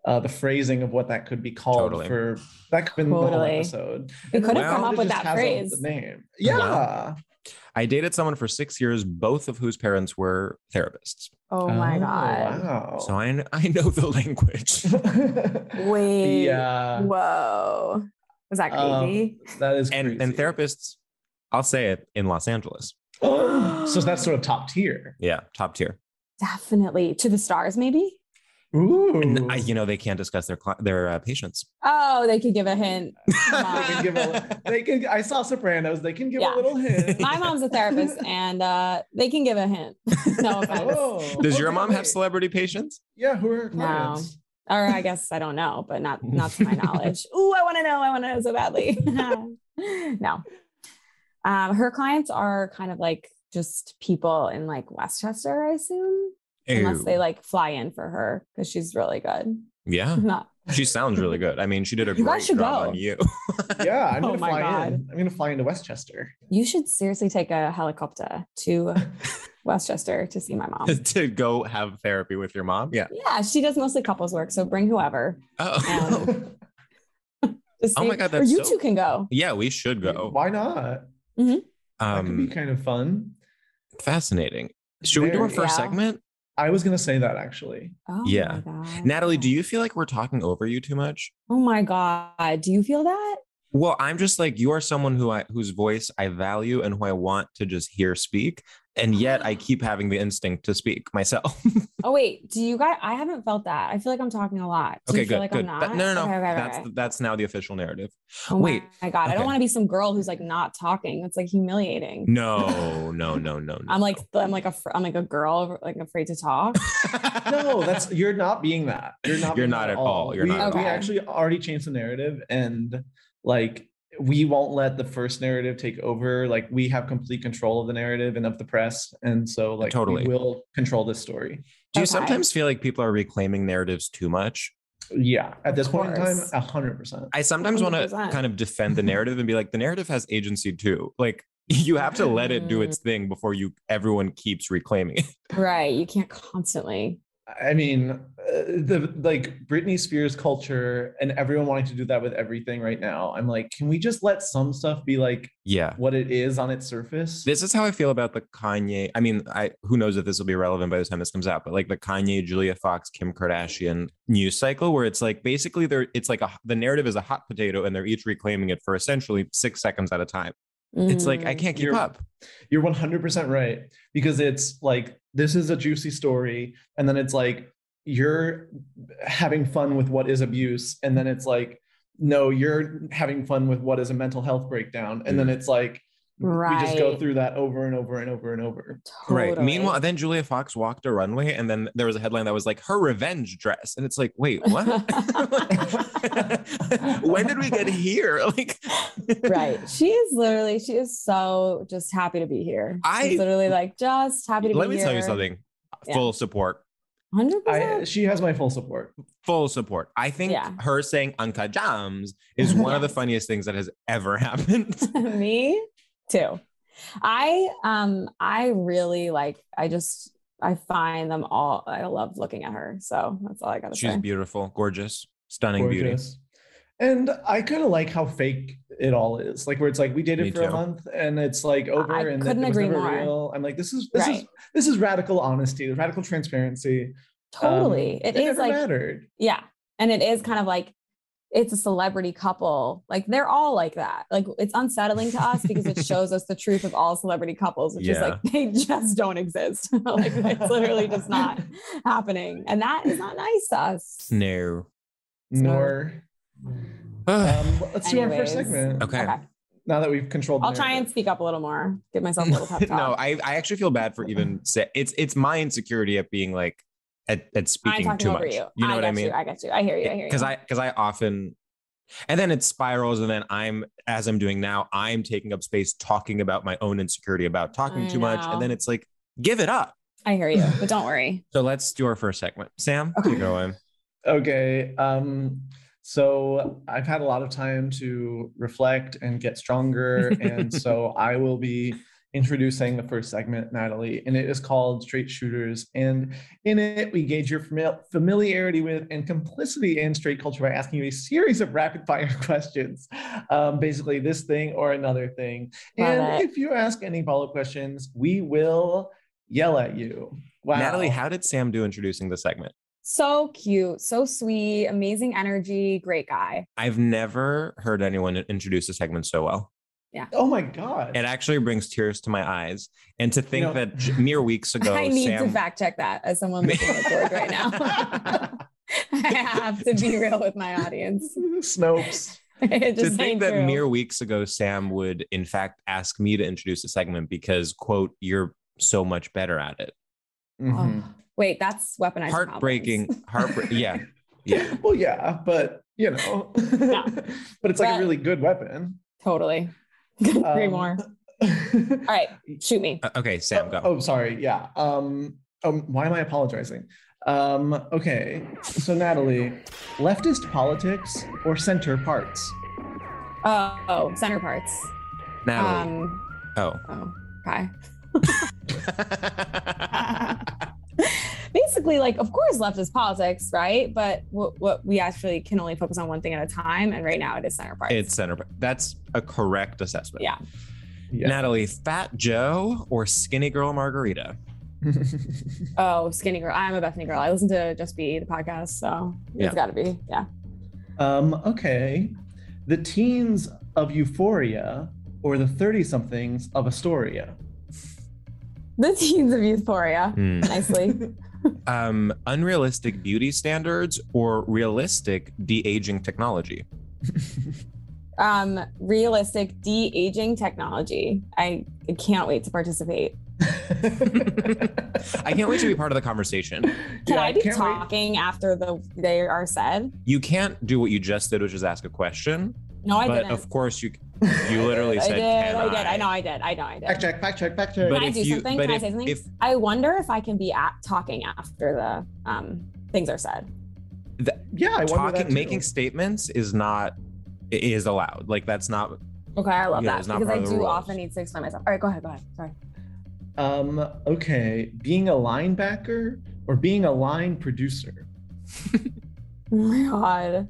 S3: uh, the phrasing of what that could be called
S2: Totally.
S3: for that could have been the whole
S5: Totally.
S3: episode.
S5: We could have
S2: Well-
S5: come up
S3: It
S5: with
S3: just
S5: that
S3: has a
S5: phrase.
S3: name.
S2: Yeah.
S3: Yeah.
S2: I dated someone for 6 years both of whose parents were therapists.
S5: Oh my
S1: Oh,
S5: god!
S3: Wow.
S2: So I kn- I know the language.
S5: Wait.
S3: yeah.
S5: Whoa. Was that
S3: Um,
S5: crazy?
S3: that is
S2: And and
S3: crazy.
S2: therapists I'll say it in Los Angeles.
S3: so that's sort of top tier.
S2: Yeah, top tier.
S5: Definitely to the stars, maybe.
S3: Ooh.
S2: And I, you know, they can't discuss their cli- their uh, patients.
S5: Oh, they could give a hint.
S3: they can give a, they can, I saw Sopranos. They can give
S5: Yeah.
S3: a little hint.
S5: My mom's a therapist, and uh, they can give a hint. No offense.
S3: Oh,
S2: Does your
S3: okay,
S2: mom have
S3: wait.
S2: celebrity patients?
S3: Yeah, who are her
S5: No.
S3: clients?
S5: or I guess I don't know, but not not to my knowledge. Ooh, I want to know. I want to know so badly. no, um, her clients are kind of like just people in like Westchester, I assume, unless they
S2: Ew.
S5: like fly in for her because she's really good.
S2: yeah,
S5: Not
S2: she sounds really good. I mean, she did a
S5: You guys
S2: great
S5: should
S2: job
S5: go.
S2: on you.
S3: Yeah, I'm
S5: Oh
S3: gonna
S5: my
S3: fly
S5: God.
S3: in. I'm gonna fly into Westchester.
S5: you should seriously take a helicopter to Westchester to see my mom.
S2: to go have therapy with your mom. Yeah.
S5: Yeah, she does mostly couples work, so bring whoever.
S2: Oh.
S5: Just
S2: Oh my
S5: say-
S2: God,
S5: or
S2: that's
S5: you
S2: so-
S5: two can go.
S2: yeah, we should go.
S3: Why not? That could be
S2: oh. Um,
S3: kind of fun.
S2: fascinating. Should we do our
S3: Very-
S2: first
S5: Yeah.
S2: segment?
S3: I was gonna say that actually.
S5: Oh
S2: Yeah.
S5: my God.
S2: Natalie, do you feel like we're talking over you too much?
S5: Oh my God. Do you feel that?
S2: Well, I'm just like you are someone who I whose voice I value and who I want to just hear speak, and yet
S5: Ah.
S2: I keep having the instinct to speak myself.
S5: Oh wait, do you guys? I haven't felt that. I feel like I'm talking a lot. Do
S2: okay,
S5: you feel
S2: good,
S5: like
S2: good.
S5: I'm not?
S2: That- no, no, no.
S5: Okay, okay,
S2: that's
S5: okay.
S2: that's now the official narrative.
S5: oh
S2: wait,
S5: my god, I
S2: okay.
S5: don't want to be some girl who's like not talking. That's like humiliating.
S2: No, no, no, no. no
S5: I'm like I'm like a fr- I'm like a girl like afraid to talk.
S3: No, that's you're not being that. You're not.
S2: You're
S3: being
S2: not
S3: that
S2: at all. You're
S3: we,
S2: not
S5: at
S3: we
S5: all.
S3: actually already changed the narrative, and like we won't let the first narrative take over. Like we have complete control of the narrative and of the press, and so like
S2: Totally.
S3: we will control this story.
S2: Do you
S5: Okay.
S2: sometimes feel like people are reclaiming narratives too much?
S3: Yeah, at this point in time,
S5: course.
S3: a hundred percent.
S2: I sometimes want to
S5: 100%.
S2: kind of defend the narrative and be like, the narrative has agency too. Like you have to let it do
S5: Mm.
S2: its thing before you everyone keeps reclaiming it.
S5: right, you can't constantly.
S3: I mean, uh, the like Britney Spears culture and everyone wanting to do that with everything right now. I'm like, can we just let some stuff be like
S2: Yeah.
S3: what it is on its surface?
S2: This is how I feel about the Kanye. I mean, I who knows if this will be relevant by the time this comes out, but like the Kanye, Julia Fox, Kim Kardashian news cycle, where it's like basically they're it's like a the narrative is a hot potato, and they're each reclaiming it for essentially six seconds at a time. It's like I
S5: Mm.
S2: can't keep
S3: You're-
S2: up.
S3: You're 100% right because it's like this is a juicy story and then it's like you're having fun with what is abuse and then it's like no, you're having fun with what is a mental health breakdown and then it's like we just go
S5: Right.
S3: through that over and over and over and over.
S5: totally.
S2: Right. Meanwhile, then Julia Fox walked a runway, and then there was a headline that was like her revenge dress, and it's like, wait, what? when did we get here? Like,
S5: right, she is literally she is so just happy to be here.
S2: I-
S5: She's literally like just happy to be
S2: Let me
S5: here.
S2: tell you something.
S5: Yeah.
S2: Full support.
S5: Hundred
S3: I,
S5: percent.
S3: she has my full support.
S2: Full support. I think
S5: Yeah.
S2: her saying Anka Jams is one of the funniest things that has ever happened.
S5: Me too. I um I really like I just I find them all I love looking at her. So that's all I gotta
S2: She's
S5: say.
S2: beautiful, gorgeous, stunning beauty.
S3: Gorgeous. And I kind of like how fake it all is, like where it's like we dated
S2: Me
S3: for
S2: too.
S3: a month and it's like over
S5: I
S3: and
S5: couldn't
S3: then it was
S5: agree
S3: never
S5: more.
S3: real. I'm like, this is this is
S5: Right.
S3: this is radical honesty, radical transparency. Um,
S5: Totally. it is
S3: never
S5: like
S3: mattered.
S5: yeah. And it is kind of like it's a celebrity couple. Like they're all like that. Like it's unsettling to us because it shows us the truth of all celebrity couples, which is like they just don't exist. like it's literally just not happening. And that is not nice to us.
S2: No.
S3: Nor. Um, let's do our first
S5: Anyways.
S3: segment.
S2: Okay.
S5: Okay.
S3: Now that we've controlled. the
S5: I'll try and
S3: narrative.
S5: speak up a little more, give myself a little pep talk.
S2: no, I, I actually feel bad for even say it's it's my insecurity at being like at, at
S5: I'm
S2: speaking
S5: talking
S2: too
S5: over
S2: much.
S5: you.
S2: know
S5: I
S2: what
S5: get
S2: I mean?
S5: You, I get you. I hear you. I hear you.
S2: because I because I often and then it spirals and then I'm as I'm doing now I'm taking up space talking about my own insecurity about talking
S5: I
S2: too much
S5: know.
S2: and then it's like give it up.
S5: I hear you. But don't worry.
S2: So let's do our first segment. Sam,
S5: Okay.
S2: you go in.
S3: Okay. Um, so I've had a lot of time to reflect and get stronger. and so I will be introducing the first segment, Natalie, and it is called Straight Shooters. And in it, we gauge your famil- familiarity with and complicity in straight culture by asking you a series of rapid fire questions. Um, basically, this thing or another thing.
S5: Love
S3: and
S5: it.
S3: if you ask any follow up questions, we will yell at you. Wow.
S2: Natalie, how did Sam do introducing the segment?
S5: So cute, so sweet, amazing energy, great guy.
S2: I've never heard anyone introduce a segment so well.
S3: Oh my God.
S2: It actually brings tears to my eyes. And to think
S3: know-
S2: that j- mere weeks ago,
S5: I need
S2: Sam,
S5: to fact check that as someone looking at George right now. I have to be real with my audience.
S3: Snopes.
S5: It
S2: to
S5: just
S2: think
S5: ain't
S2: that
S5: true.
S2: mere weeks ago sam would in fact ask me to introduce a segment because quote you're so much better at it
S3: Mhm.
S5: Oh, wait, that's weaponized.
S2: heartbreaking heartbreak yeah yeah
S3: Well, yeah, but you know, but it's like
S5: But-
S3: a really good weapon.
S5: Totally. Three
S3: Um,
S5: more.
S3: All
S5: All right, shoot me.
S2: Uh, okay sam go
S3: Oh, sorry. Yeah. Um, um, why am I apologizing? Um, okay. So, Natalie, leftist politics or center parts?
S5: Oh, oh, center parts.
S2: natalie
S5: Um,
S2: oh
S5: oh, okay. basically like of course left is politics right but what, what we actually can only focus on one thing at a time and right now it is center parts
S2: it's center that's a correct assessment
S5: Yeah.
S3: Yeah.
S2: natalie fat joe or skinny girl margarita
S5: oh skinny girl i'm a bethany girl i listen to just be the podcast so
S2: Yeah.
S5: it's got to be yeah
S3: um, okay. The teens of euphoria or the 30 somethings of Astoria?
S5: the teens of euphoria
S2: Hmm.
S5: nicely
S2: um unrealistic beauty standards or realistic de-aging technology
S5: um realistic de-aging technology i, I can't wait to participate
S2: i can't wait to be part of the conversation
S5: can
S3: Yeah,
S5: i be
S3: can't wait.
S5: talking after the they are said
S2: you can't do what you just did, which is ask a question.
S5: no i
S2: but
S5: didn't
S2: of course, you you literally
S5: i
S2: said,
S5: did
S2: "Can
S5: i did i know i did i know i did
S3: Fact check, fact check, fact check.
S2: But
S5: Can I
S2: if
S5: do
S2: you-
S5: something?
S2: but
S5: Can I
S2: if-
S5: say something?
S2: if-
S5: I wonder if I can be at talking after the um, things are said.
S2: Th-
S3: yeah, I wonder that
S2: talking,
S3: too.
S2: making statements is not is allowed. Like that's not.
S5: Okay, I love
S2: Yeah, it's
S5: that
S2: not
S5: because I
S2: part of the
S5: do
S2: rules.
S5: often need to explain myself. All right, go ahead, go ahead. Sorry.
S3: Um, okay, being a linebacker or being a line producer?
S5: Oh my god.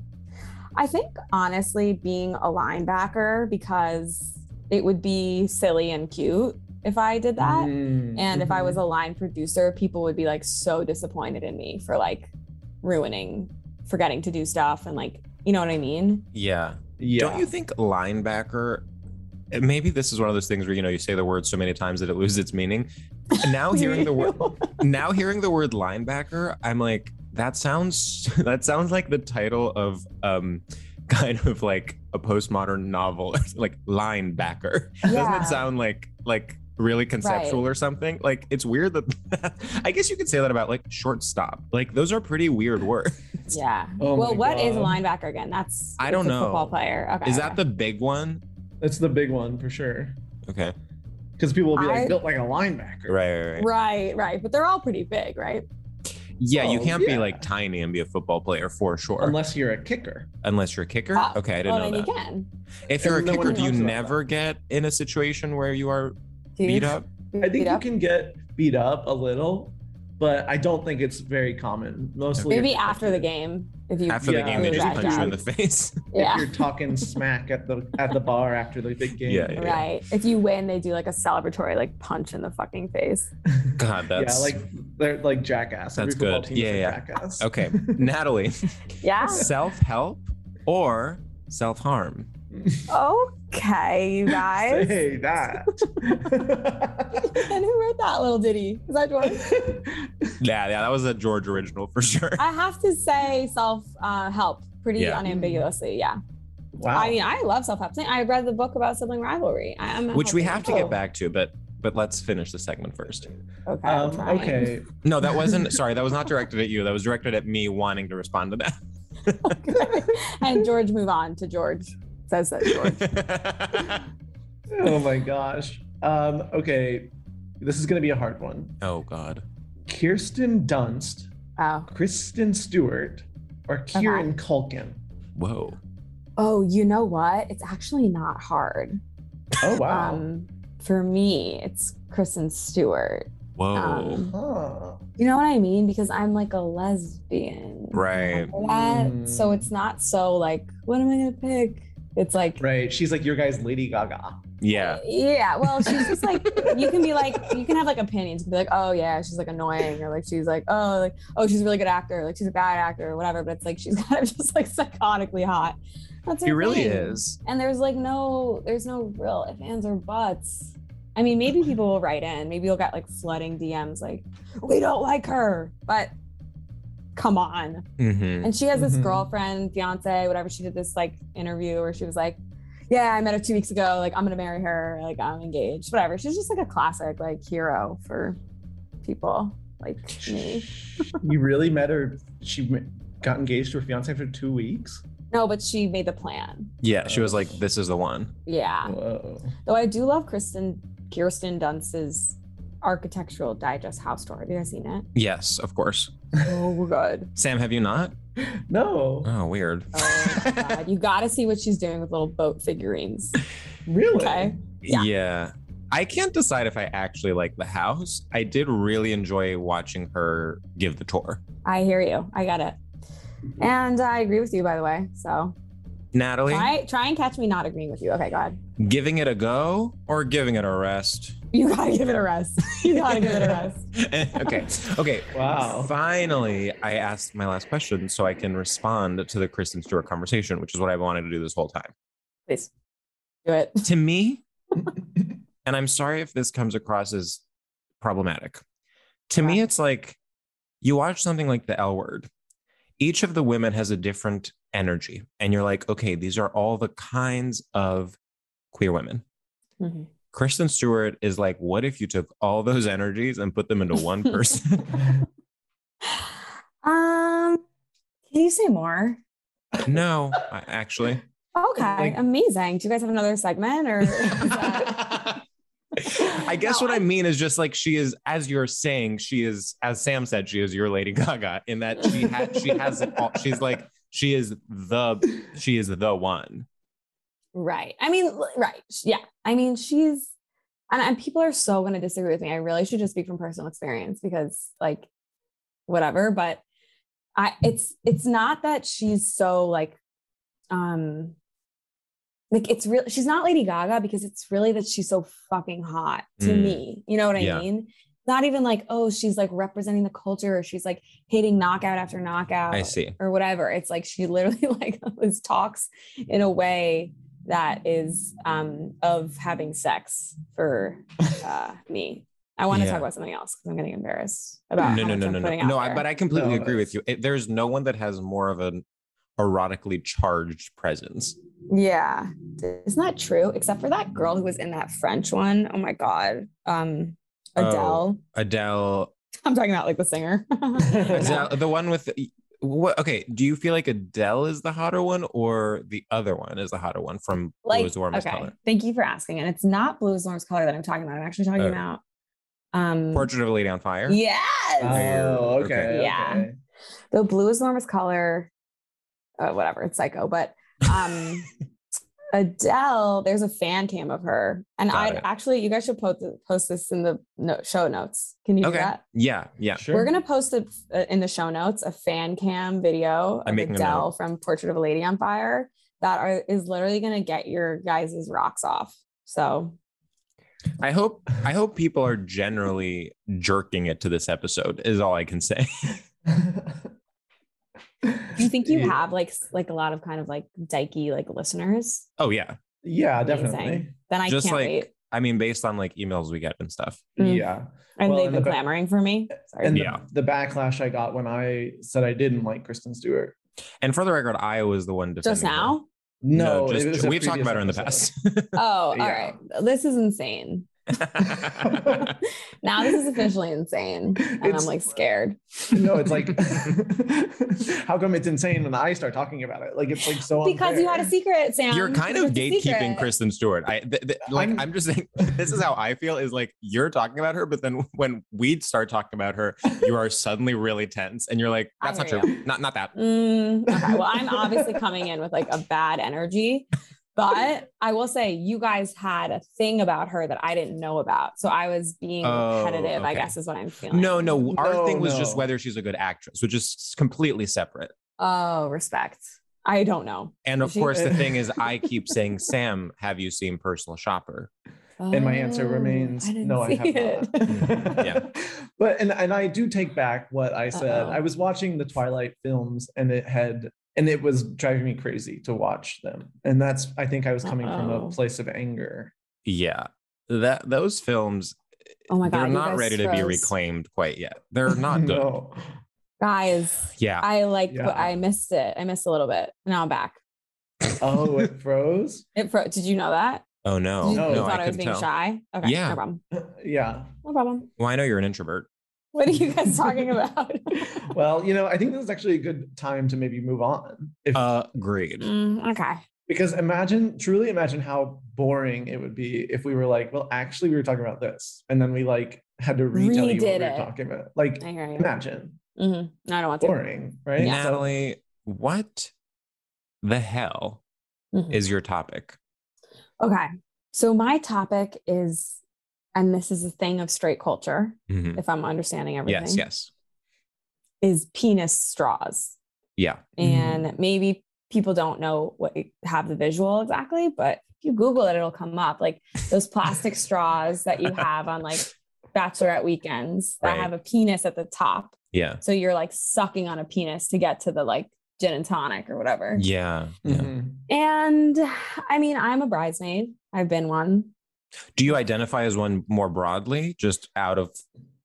S5: I think honestly, being a linebacker because it would be silly and cute if I did that,
S2: Mm-hmm.
S3: Mm,
S5: and if I
S3: mhm.
S5: was a line producer, people would be like so disappointed in me for like ruining, forgetting to do stuff, and like you know what I mean.
S2: Yeah.
S3: yeah.
S2: Don't you think linebacker? and Maybe this is one of those things where you know you say the word so many times that it loses its meaning. And Now hearing the word, now hearing the word linebacker, I'm like, that sounds that sounds like the title of um, kind of like a postmodern novel, like linebacker. doesn't it sound like like really conceptual or something like it's weird that i guess you could say that about like shortstop like those are pretty weird words
S5: Yeah.
S3: Oh
S5: well,
S3: my
S5: what is a
S3: God.
S5: linebacker again? That's
S2: I
S5: it's
S2: don't
S5: a
S2: know.
S5: Football player. Okay.
S2: is that the big one
S3: That's the big one for sure.
S2: okay
S3: Because people will be
S5: I-
S3: like built like a linebacker.
S2: right right, right.
S5: right? Right. But they're all pretty big, right?
S2: Yeah, you
S3: Oh,
S2: can't be
S3: yeah.
S2: like tiny and be a football player for sure, unless,
S3: unless you're a kicker.
S2: you're a kicker.
S5: Ah,
S2: okay, I didn't
S5: well,
S2: know
S5: then
S2: that.
S5: you can.
S2: If you're a
S3: And no one
S2: kicker, do you
S3: talks about
S2: never get in a situation where you are
S5: Do you
S2: beat up?
S5: beat
S3: I think you
S5: up?
S3: can get beat up a little, but I don't think it's very common. Mostly
S5: Maybe
S3: if-
S5: after the game. If you
S2: After
S3: Yeah,
S2: the game, they
S3: it's
S2: just
S3: bad
S2: punch you in
S3: job.
S2: the face.
S3: If
S5: Yeah.
S3: you're talking smack at the at the bar after the big game.
S2: Yeah, yeah.
S5: Right. If you win, they do like a celebratory like punch in the fucking face.
S2: God, that's
S3: yeah, like they're like jackass.
S2: That's
S3: Every football
S2: good.
S3: team is
S2: Yeah,
S3: a
S2: yeah.
S3: Jackass.
S2: okay. Natalie,
S5: Yeah.
S2: self help or self harm?
S5: Okay, you guys.
S3: Say that.
S5: and who wrote that little ditty? Is that George?
S2: Yeah, yeah, that was a George original for sure.
S5: I have to say self uh, help pretty
S2: Yeah. Oh.
S5: unambiguously. Yeah.
S3: wow.
S5: I mean, I love self help. I read the book about sibling rivalry. I, am
S2: Which we have to
S5: Oh.
S2: get back to, but but let's finish the segment first.
S5: Okay. I'm
S3: um,
S5: trying.
S3: okay.
S2: No, that wasn't. sorry, that was not directed at you. That was directed at me wanting to respond to
S5: and George, move on to George. Says that George.
S2: that.
S3: Oh my gosh. Um, okay. This is gonna be a hard one.
S2: oh God.
S3: Kirsten Dunst,
S5: Oh.
S3: Kristen Stewart, or
S5: Uh-huh.
S3: Kieran Culkin.
S2: Whoa.
S5: Oh, you know what? It's actually not hard.
S3: Oh wow.
S5: Um, for me, it's Kristen Stewart.
S2: Whoa.
S5: Um,
S3: Huh.
S5: You know what I mean? Because I'm like a lesbian.
S2: right.
S5: That- So
S3: Mm.
S5: it's not so like, what am I gonna pick? It's like
S3: Right. She's like your guy's Lady Gaga.
S2: Yeah.
S5: Yeah, well, she's just like you can be like you can have like opinions, be like, oh yeah, she's like annoying, or like she's like, oh, like oh, she's a really good actor, like she's a bad actor, or whatever. But it's like she's kind of just like psychotically hot. That's her
S2: He really
S5: thing.
S2: is.
S5: And there's like no, there's no real ifs, ands, or buts. I mean, maybe people will write in. Maybe you'll get like flooding DMs, like we don't like her, but come on.
S2: Mm-hmm.
S5: And she has this
S3: Mhm.
S5: girlfriend, fiance, whatever. She did this like interview where she was like, "Yeah, I met her two weeks ago. Like, I'm gonna marry her. Like, I'm engaged. Whatever." She's just like a classic like hero for people like me.
S3: you really met her? She m- got engaged to her fiance for two weeks.
S5: No, but she made the plan.
S2: Yeah. She was like, "This is the one."
S5: Yeah.
S3: Whoa.
S5: Though I do love Kristen Kirsten Dunst's Architectural Digest house tour. Have you guys seen it?
S2: Yes, of course.
S5: Oh, good.
S2: Sam, have you not?
S3: No.
S2: Oh, weird.
S5: Oh, my God. You got to see what she's doing with little boat figurines.
S3: Really?
S5: Okay. Yeah.
S2: I can't decide if I actually like the house. I did really enjoy watching her give the tour.
S5: I hear you. I got it. And I agree with you, by the way. So
S2: Natalie,
S5: Try, try and catch me not agreeing with you. Okay, go ahead.
S2: giving it a go or giving it a rest?
S5: You gotta give it a rest. You gotta give it a rest.
S2: okay. Okay.
S3: Wow.
S2: Finally, I asked my last question so I can respond to the Kristen Stewart conversation, which is what I wanted to do this whole time.
S5: Please do it.
S2: To me, and I'm sorry if this comes across as problematic. To me, it's like you watch something like the L word. Each of the women has a different energy, and you're like, okay, these are all the kinds of queer women.
S5: Mhm.
S2: Kristen Stewart is like, what if you took all those energies and put them into one person?
S5: Um, can you say more?
S2: no, I- actually.
S5: Okay,
S3: Like-
S5: amazing. Do you guys have another segment or? is that-
S2: I guess
S5: No,
S2: what I, mean is just like she is, as you're saying, she is, as Sam said, she is your Lady Gaga in that she ha- she has it all. She's like she is the she is the one.
S5: Right. I mean, l- right. Sh- Yeah. I mean, she's, and, and people are so going to disagree with me. I really should just speak from personal experience because, like, whatever. But I, it's, it's not that she's so like, um, like it's real. She's not Lady Gaga because it's really that she's so fucking hot to
S2: Mm.
S5: me. You know what I
S2: Yeah.
S5: mean? Not even like, oh, she's like representing the culture or she's like hitting knockout after knockout
S2: I see.
S5: or whatever. It's like she literally like always talks in a way that is um of having sex for uh me. I want to
S2: Yeah.
S5: talk about something else because I'm getting embarrassed
S2: No,
S5: about
S2: no, no,
S5: how much
S2: no,
S5: I'm
S2: no,
S5: putting
S2: no.
S5: out
S2: No, I-
S5: there.
S2: but I completely
S3: No,
S2: agree with you. It, there's no one that has more of an erotically charged presence.
S5: yeah, isn't that true? Except for that girl who was in that French one. Oh my god, um,
S2: Oh.
S5: Adele.
S2: Adele,
S5: I'm talking about like the singer.
S2: Adele, the one with. What, okay, do you feel like Adele is the hotter one or the other one is the hotter one from Blue is the Warmest Color?
S5: Thank you for asking. And it's not blue is the warmest color that I'm talking about. I'm actually talking
S2: Oh.
S5: about Um,
S2: Portrait of a Lady on Fire.
S5: Yes.
S3: Oh, okay.
S2: Okay.
S5: Yeah.
S3: okay.
S5: the blue is the warmest color. Uh, whatever, it's psycho. But um, Adele, there's a fan cam of her, and
S2: Got
S5: I
S2: it.
S5: actually, you guys should post post this in the no, show notes. Can you do
S2: Okay.
S5: that?
S2: Yeah. Yeah.
S3: Sure.
S5: We're gonna post it uh, in the show notes a fan cam video
S2: I'm
S5: of
S2: making a
S5: Adele
S2: note.
S5: from Portrait of a Lady on Fire that are is literally gonna get your guys' rocks off. So
S2: I hope I hope people are generally jerking it to this episode is all I can say.
S5: do you think you
S3: Yeah.
S5: have like s- like a lot of kind of like dykey like listeners?
S2: oh yeah.
S3: Yeah,
S5: Amazing.
S3: definitely.
S5: Then I
S2: Just
S5: can't
S2: like-
S5: wait.
S2: I mean, based on like emails we get and stuff.
S5: Mm.
S3: Yeah.
S5: And
S3: well,
S5: they've
S3: and
S5: been
S3: the ba-
S5: clamoring for me. Sorry.
S3: And the-
S2: Yeah.
S3: the, backlash I got when I said I didn't like Kristen Stewart.
S2: And for the record, I was the one defending
S5: just
S2: her.
S5: now?
S2: No,
S3: it was
S2: just,
S3: a
S2: we've talked
S3: previous
S2: about her in the
S3: episode.
S2: past.
S5: Oh, all
S3: Yeah.
S5: right. This is insane. Now this is officially insane. And
S3: It's-
S5: I'm like scared.
S3: no, it's like, how come it's insane when I start talking about it? Like, it's like so.
S5: Because you had a
S3: unfair.
S5: secret, Sam.
S2: You're kind of
S5: Because it's a
S2: gatekeeping
S5: secret.
S2: Kristen Stewart. I th- th- like I'm,
S3: I'm-
S2: just saying this is how I feel is like you're talking about her, but then when we start talking about her, you are suddenly really tense and you're like,
S5: I
S2: that's not
S5: hear
S2: true. Not not that.
S5: Mm, okay. Well, I'm obviously coming in with like a bad energy, but I will say you guys had a thing about her that I didn't know about. So I was being
S2: Oh,
S5: repetitive, I
S2: okay.
S5: guess is what I'm feeling.
S2: No, no. Our
S3: No,
S2: thing was
S3: no.
S2: just whether she's a good actress, which is completely separate.
S5: Oh, respect. I don't know.
S2: And of
S5: She-
S2: course, the thing is, I keep saying, Sam, have you seen Personal Shopper?
S3: And my answer
S5: Oh,
S3: remains
S5: I didn't
S3: no, I
S5: see
S3: have
S5: it.
S3: not.
S2: Mm, Yeah.
S3: But and and I do take back what I said.
S5: Uh-oh.
S3: I was watching the Twilight films and it had and it was driving me crazy to watch them. And that's I think I was coming from
S5: Uh-oh.
S3: a place of anger.
S2: Yeah, that those films,
S5: Oh my God.
S2: they're
S5: you
S2: not
S5: guys
S2: ready to be
S5: froze.
S2: reclaimed quite yet. They're not good.
S3: No.
S5: Guys,
S2: Yeah,
S5: I like,
S3: Yeah.
S5: but I missed it. I missed a little bit. Now I'm back.
S3: Oh, it froze.
S5: It fro- Did you know that?
S2: Oh no,
S5: you,
S3: No,
S5: you
S2: no,
S5: thought
S2: I
S5: I,
S2: couldn't
S5: was being
S2: tell.
S5: shy? Okay,
S2: Yeah.
S5: no problem.
S3: yeah.
S5: No problem.
S2: Well, I know you're an introvert.
S5: What are you guys talking about?
S3: Well, you know, I think this is actually a good time to maybe move on. If
S2: Uh. agreed.
S5: Mm, okay.
S3: because imagine truly imagine how boring it would be if we were like, well, actually we were talking about this. And then we like had to retell you what
S5: Redid
S3: we
S5: it.
S3: were talking about. Like
S5: I hear you.
S3: imagine.
S5: Mhm. No, I don't want to.
S3: Boring, right?
S5: Yeah.
S3: So-
S2: Natalie, what the hell
S5: Mhm.
S2: is your topic?
S5: Okay. So my topic is, and this is a thing of straight culture,
S2: Mhm.
S5: if I'm understanding everything.
S2: Yes, yes,
S5: Is penis straws,
S2: yeah.
S3: Mm-hmm.
S5: and maybe people don't know what have the visual exactly, but if you Google it, it'll come up. Like those plastic straws that you have on like bachelorette weekends that
S2: Right.
S5: have a penis at the top.
S2: Yeah,
S5: So you're like sucking on a penis to get to the like gin and tonic or whatever.
S2: yeah, yeah.
S5: Mm-hmm.
S3: Mhm.
S5: And I mean, I'm a bridesmaid. I've been one.
S2: Do you identify as one more broadly, just out of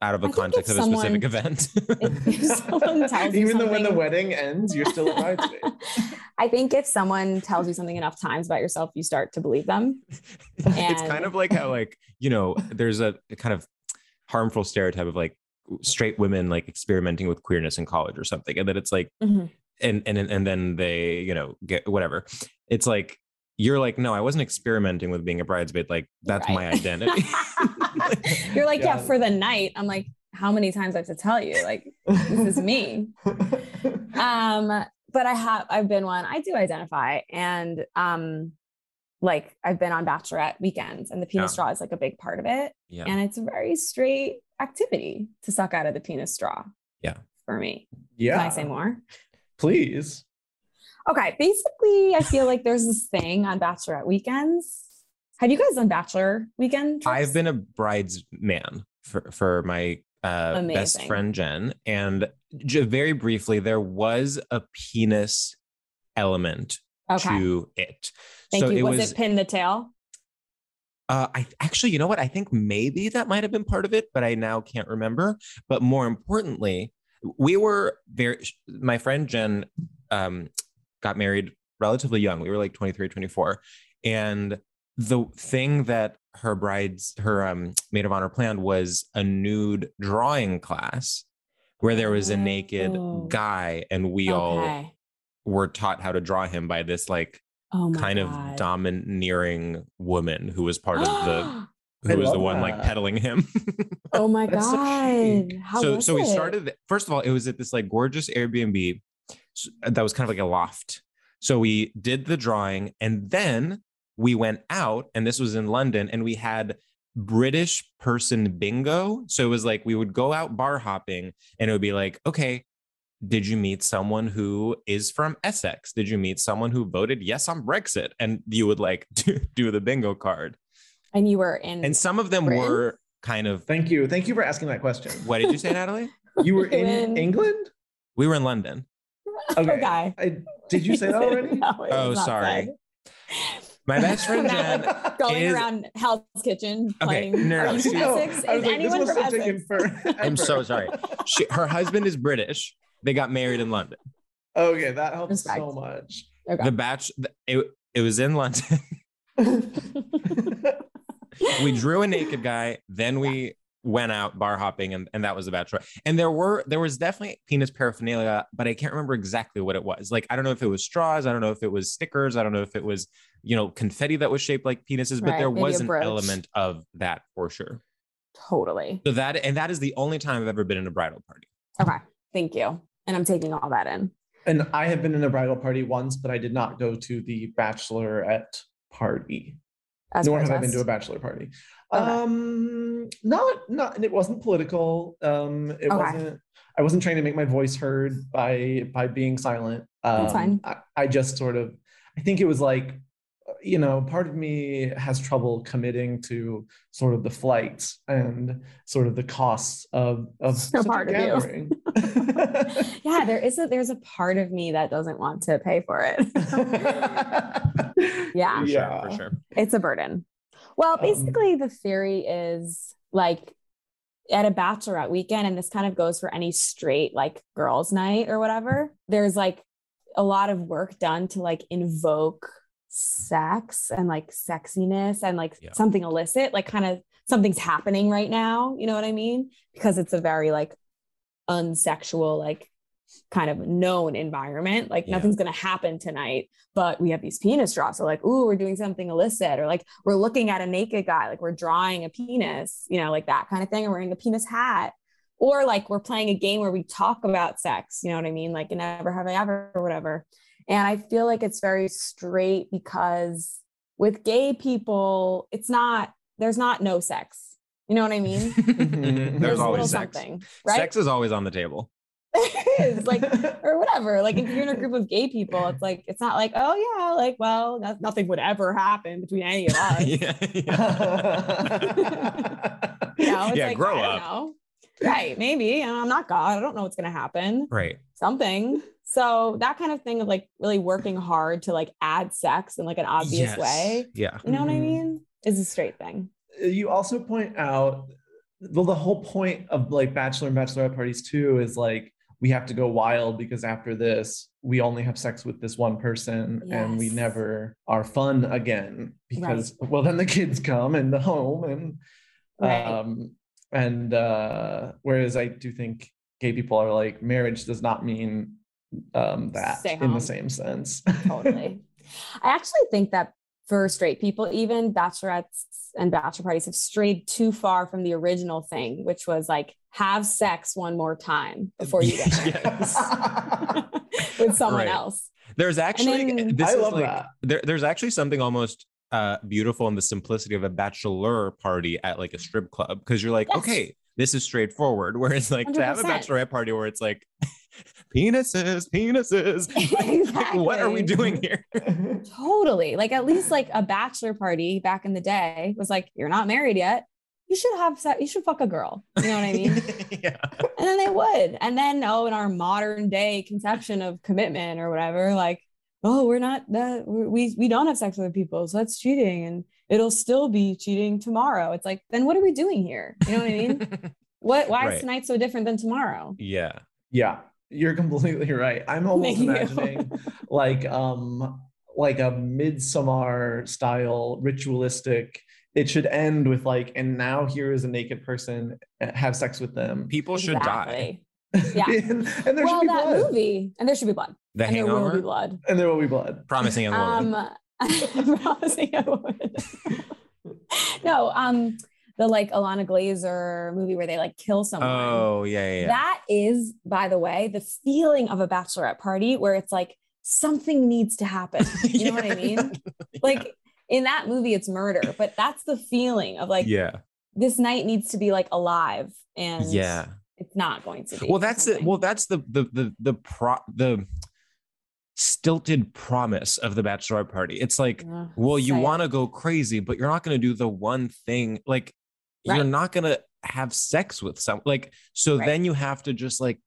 S2: out of a
S5: I think
S2: context of
S5: if
S2: a specific event?
S5: If, if someone tells you
S3: Even though when the
S5: something-
S3: wedding ends, you're still a bridesmaid.
S5: I think if someone tells you something enough times about yourself, you start to believe them.
S2: it's kind
S5: And-
S2: of like how like you know there's a, a kind of harmful stereotype of like straight women like experimenting with queerness in college or something and then it's like
S5: Mhm.
S2: and and and then they you know get whatever it's like you're like no i wasn't experimenting with being a bridesmaid like that's my
S5: Right.
S2: identity
S5: You're like,
S3: Yeah.
S5: yeah. for the night. I'm like, how many times I have to tell you? Like, this is me. Um, but I have I've been one. I do identify, and um, like I've been on bachelorette weekends, and the penis
S2: Yeah.
S5: straw is like a big part of it.
S2: yeah
S5: and it's a very straight activity to suck out of the penis straw.
S2: Yeah.
S5: For me.
S3: yeah.
S5: Can I say more?
S3: Please.
S5: Okay. Basically, I feel like there's this thing on Bachelorette weekends. Have you guys done Bachelor weekend? trips?
S2: I've been a bridesman for for my uh, best
S5: Amazing.
S2: friend Jen, and j- very briefly, there was a penis element
S5: Okay.
S2: to it.
S5: Thank
S2: so
S5: you.
S2: it
S5: was,
S2: was.
S5: it pin the tail?
S2: uh, I actually, you know what? I think maybe that might have been part of it, but I now can't remember. But more importantly, we were very. My friend Jen um, got married relatively young. We were like 23, 24. And the thing that her bride's, her um, maid of honor planned was a nude drawing class where there was a naked
S5: Oh.
S2: guy and we all
S5: Okay.
S2: were taught how to draw him by this like
S5: Oh my
S2: kind
S5: God.
S2: of domineering woman who was part of the who
S3: I
S2: was the
S3: love
S2: one like
S3: that.
S2: peddling him.
S5: Oh my
S3: That's so
S5: god!
S3: chic.
S5: How
S2: so
S5: was
S2: so we
S5: it?
S2: started first of all, it was at this like gorgeous Airbnb s- that was kind of like a loft. So we did the drawing and then we went out, and this was in London, and we had British person bingo. So it was like we would go out bar hopping and it would be like, okay, did you meet someone who is from Essex? Did you meet someone who voted yes on Brexit? And you would like do, do the bingo card.
S5: and you were in.
S2: And some of them
S5: Britain?
S2: were kind of,
S3: Thank you. Thank you for asking that question.
S2: what did you say, Natalie?
S3: You were
S5: You
S3: in
S5: win.
S3: England?
S2: We were in London.
S5: Oh,
S3: Okay.
S5: Okay.
S3: I, did you say that already?
S5: No, it was
S2: Oh,
S5: not
S2: sorry.
S5: said.
S2: My best friend Jen.
S5: Going
S2: Is-
S5: around Hell's Kitchen
S2: Okay,
S5: playing.
S2: no,
S5: Are
S2: no,
S5: you from
S2: no.
S5: Essex? Is
S3: I was like, this
S5: anyone
S3: must
S5: from
S3: have taken
S5: Essex?
S3: for.
S2: I'm so
S3: ever.
S2: sorry. She, her husband is British. They got married in London.
S3: Okay, that helps
S5: Respect.
S3: so much.
S5: Okay.
S2: The batch. It, it was in London. we drew a naked guy. Then we went out bar hopping, and, and that was the bachelor. And there were there was definitely penis paraphernalia, but I can't remember exactly what it was. Like I don't know if it was straws. I don't know if it was stickers. I don't know if it was you know confetti that was shaped like penises. But
S5: Right,
S2: there
S5: maybe
S2: was
S5: a
S2: an
S5: brooch.
S2: element of that for sure.
S5: Totally.
S2: So that and that is the only time I've ever been in a bridal party.
S5: Okay. Thank you. And I'm taking all that in.
S3: And I have been in a bridal party once, but I did not go to the bachelorette party.
S5: As
S3: Nor have I been to a
S5: protest.
S3: bachelor party.
S5: Okay.
S3: Um, not not. and It wasn't political. Um, it
S5: Okay.
S3: wasn't. I wasn't trying to make my voice heard by by being silent. Um,
S5: That's fine.
S3: I, I just sort of. I think it was like, you know, part of me has trouble committing to sort of the flights and sort of the costs of of
S5: So
S3: such a
S5: part of you.
S3: gathering.
S5: yeah, there is a there's a part of me that doesn't want to pay for it. Yeah.
S2: For
S3: yeah.
S2: sure, for sure.
S5: it's a burden. Well,
S3: Um,
S5: basically, the theory is like at a bachelorette weekend, and this kind of goes for any straight like girls' night or whatever. There's like a lot of work done to like invoke sex and like sexiness and like
S2: Yeah.
S5: something illicit, like kind of something's happening right now. You know what I mean? Because it's a very like unsexual, like kind of known environment. Like
S2: Yeah.
S5: nothing's gonna happen tonight, but we have these penis drops. So like, ooh, we're doing something illicit, or like we're looking at a naked guy, like we're drawing a penis, you know, like that kind of thing, or wearing a penis hat. Or like we're playing a game where we talk about sex, you know what I mean? Like in never have I ever or whatever. And I feel like it's very straight because with gay people, it's not there's not no sex. You know what I mean?
S2: There's,
S3: There's
S5: a
S2: always
S5: little
S2: sex.
S5: Mm-hmm. something, right?
S2: Sex is always on the table.
S5: There is, like or whatever. Like if you're in a group of gay people, it's like it's not like oh yeah, like well no- nothing would ever happen between any of us. you
S2: yeah,
S5: know? It's
S2: Yeah,
S5: like,
S2: grow
S5: I don't
S2: up.
S5: know. Right? Maybe and I'm not God. I don't know what's gonna happen.
S2: Right.
S5: Something. So that kind of thing of like really working hard to like add sex in like an obvious
S2: Yes. Mm-hmm.
S5: way.
S2: Yeah.
S5: You know what I
S3: Mhm.
S5: mean? Is a straight thing.
S3: you also point out well the whole point of like bachelor and bachelorette parties too is like we have to go wild because after this we only have sex with this one person and we
S5: Yes.
S3: never are fun again because well then the kids come and the home and
S5: Right.
S3: um and uh whereas i do think gay people are like marriage does not mean um that
S5: Stay
S3: in
S5: home.
S3: the same sense
S5: totally. I actually think that for straight people, even bachelorettes and bachelor parties have strayed too far from the original thing, which was like have sex one more time before you get
S2: Yes.
S5: married with someone
S2: Right.
S5: else.
S2: There's actually eh,
S5: then-
S2: this
S3: I
S2: is
S3: love
S2: like-
S3: that.
S2: There, there's actually something almost uh, beautiful in the simplicity of a bachelor party at like a strip club because you're like,
S5: Yes.
S2: okay, this is straightforward. Whereas like to have a
S5: 100%.
S2: bachelorette party where it's like penises, penises. Like, What are we
S5: Exactly.
S2: doing here?
S5: Totally. Like at least like a bachelor party back in the day was like you're not married yet. You should have sex. You should fuck a girl. You know what I mean?
S2: yeah.
S5: and then they would. And then, oh, in our modern day conception of commitment or whatever, like, oh, we're not that we we- we don't have sex with other people, so that's cheating, and it'll still be cheating tomorrow. It's like, then what are we doing here? You know what I mean? What? Why
S2: Right.
S5: is tonight so different than tomorrow?
S2: yeah.
S3: Yeah, you're completely right. I'm almost
S5: Thank you.
S3: imagining like um like a midsummer style ritualistic. It should end with like, and now here is a naked person. uh, Have sex with them.
S2: People should die.
S5: Yeah.
S3: and, and there should
S5: Well,
S3: be
S5: that
S3: blood.
S5: movie, and there should be blood,
S2: The
S5: and there will be Um,
S2: hangover,
S5: blood.
S3: And there will be blood.
S2: promising young woman.
S5: Um, promising I would. no, um, the like Alana Glazer movie where they like kill someone.
S2: Oh yeah, yeah. yeah.
S5: That is, by the way, the feeling of a bachelorette party where it's like something needs to happen. You know what I mean? Like in that movie, it's murder, but that's the feeling of like
S2: yeah,
S5: this night needs to be like alive and
S2: yeah.
S5: it's not going to be.
S2: Well, that's
S5: it.
S2: it. Well, that's the the the the pro the stilted promise of the bachelorette party. It's
S5: Mm,
S2: like, well, you want to go crazy, but you're not going to do the one thing. Like, you're
S5: Right.
S2: not going to have sex with some. Like, so
S5: Right.
S2: then you have to just like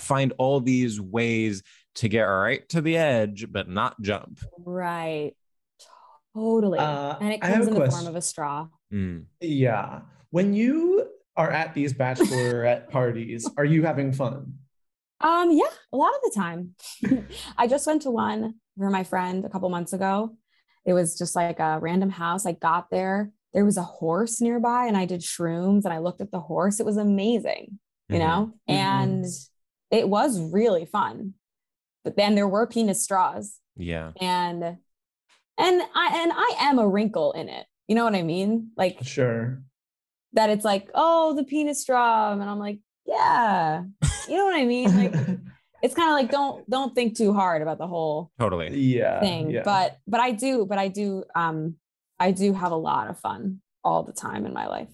S2: find all these ways to get right to the edge, but not jump.
S5: right. Totally.
S3: Uh,
S5: and it
S3: I have
S5: comes
S3: a
S5: in the
S3: question.
S5: form of a straw.
S2: Mm.
S3: Yeah. When you are at these bachelorette parties, are you having fun?
S5: Um, yeah, a lot of the time. I just went to one for my friend a couple months ago. It was just like a random house. I got there. There was a horse nearby, and I did shrooms and I looked at the horse. It was amazing, you
S2: Mhm.
S5: know?
S3: Mhm.
S5: And it was really fun. But then there were penis straws
S2: Yeah.
S5: and and I and I am a wrinkle in it. You know what I mean? Like
S3: Sure.
S5: that it's like, oh, the penis straw. And I'm like, yeah. You know what I mean? Like it's kind of like don't don't think too hard about the whole
S2: Totally.
S3: yeah.
S5: thing
S3: Uh, yeah.
S5: but but i do but i do um i do have a lot of fun all the time in my life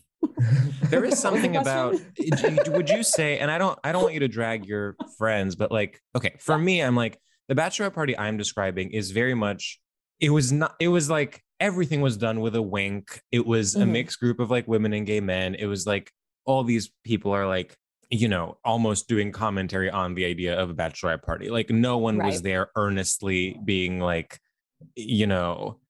S2: There is something
S5: What was the
S2: about d- would you say and I don't I don't want you to drag your friends but like okay, for me I'm like the bachelorette party I'm describing is very much it was not it was like everything was done with a wink. It was a
S5: Mhm.
S2: mixed group of like women and gay men. It was like all these people are like you know, almost doing commentary on the idea of a bachelorette party. Like no one was
S5: Right.
S2: there earnestly being like you know,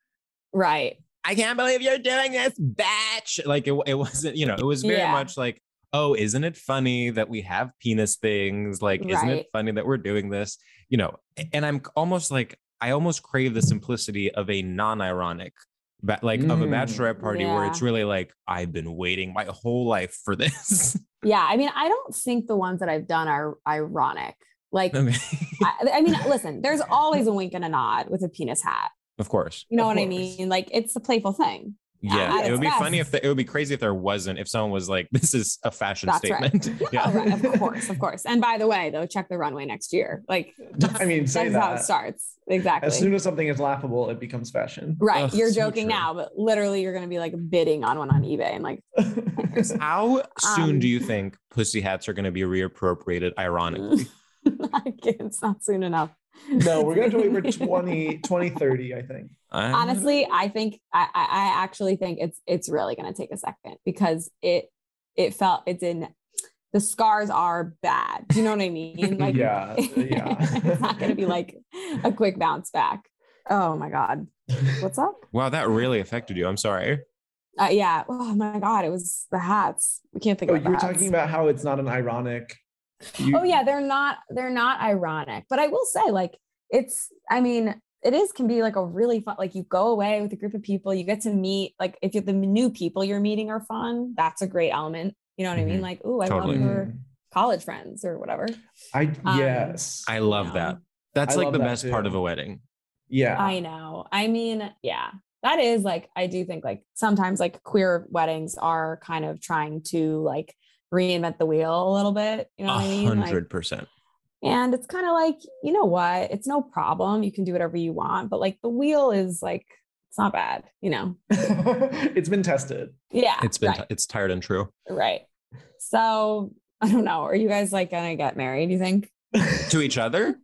S5: right
S2: I can't believe you're doing this batch. Like it, it wasn't, you know, it was very
S5: Yeah.
S2: much like, oh, isn't it funny that we have penis things? Like, isn't it
S5: Right.
S2: funny that we're doing this? You know, a- and I'm almost like, I almost crave the simplicity of a non-ironic, ba- like of a
S3: Mm.
S2: bachelorette party where
S5: Yeah.
S2: it's really like, I've been waiting my whole life for this.
S5: yeah i mean i don't think the ones that i've done are ironic like I,
S2: okay.
S5: I mean listen there's always a wink and a nod with a penis hat
S2: of course.
S5: you know
S3: Of
S5: what i
S3: course.
S5: mean like it's a playful thing
S2: Yeah.
S5: at
S2: it would be
S5: its
S2: funny if
S5: best.
S2: the, it would be crazy if there wasn't, if someone was like, this is a fashion
S5: That's right.
S2: statement. yeah.
S5: oh, right, of course of course and by the way though check the runway next year like
S3: I mean, say
S5: that's
S3: that.
S5: how it starts exactly
S3: As Oh, soon as something is laughable, it becomes fashion.
S5: Right.
S2: Ugh,
S5: you're
S2: so
S5: joking
S2: true.
S5: now, but literally you're gonna be like bidding on one on eBay and like
S2: How soon
S5: Um,
S2: do you think pussy hats are going to be reappropriated? Ironically,
S5: like, it's not soon enough.
S3: no, we're going to have to wait for 20, 2030, I think.
S2: I-
S5: Honestly, I think I, I I actually think it's it's really gonna take a second because it it felt it's in the scars are bad. Do you know what I mean? Like
S3: yeah. Yeah.
S5: it's not gonna be like a quick bounce back. Oh my god. What's up?
S2: wow, that really affected you. I'm sorry.
S5: Uh, yeah. Oh my god, it was the hats. We can't think
S3: Oh,
S5: about
S3: you
S5: the
S3: were
S5: hats.
S3: talking about how it's not an ironic.
S5: oh yeah they're not they're not ironic but i will say like it's i mean it is can be like a really fun like you go away with a group of people you get to meet like if you're the new people you're meeting are fun that's a great element you know what i mean
S2: Mhm.
S5: like oh i
S2: Totally.
S5: love
S3: Mm-hmm.
S5: your college friends or whatever
S3: I
S5: Um,
S3: yes.
S2: I love
S5: Yeah.
S2: that. That's
S3: I
S2: like
S3: love
S2: the
S3: that
S2: best part
S3: too.
S2: of a wedding.
S3: yeah.
S5: i know i mean yeah that is like i do think like sometimes like queer weddings are kind of trying to like reinvent the wheel a little bit you
S2: A
S5: know what i mean like
S2: hundred percent.
S5: And it's kind of like, you know what? It's no problem. You can do whatever you want, but like the wheel is like, it's not bad, you know?
S3: it's been tested.
S5: Yeah.
S2: It's been
S5: right,
S2: it's tired and true.
S5: right. So I don't know. Are you guys like gonna get married, you think?
S2: To each other,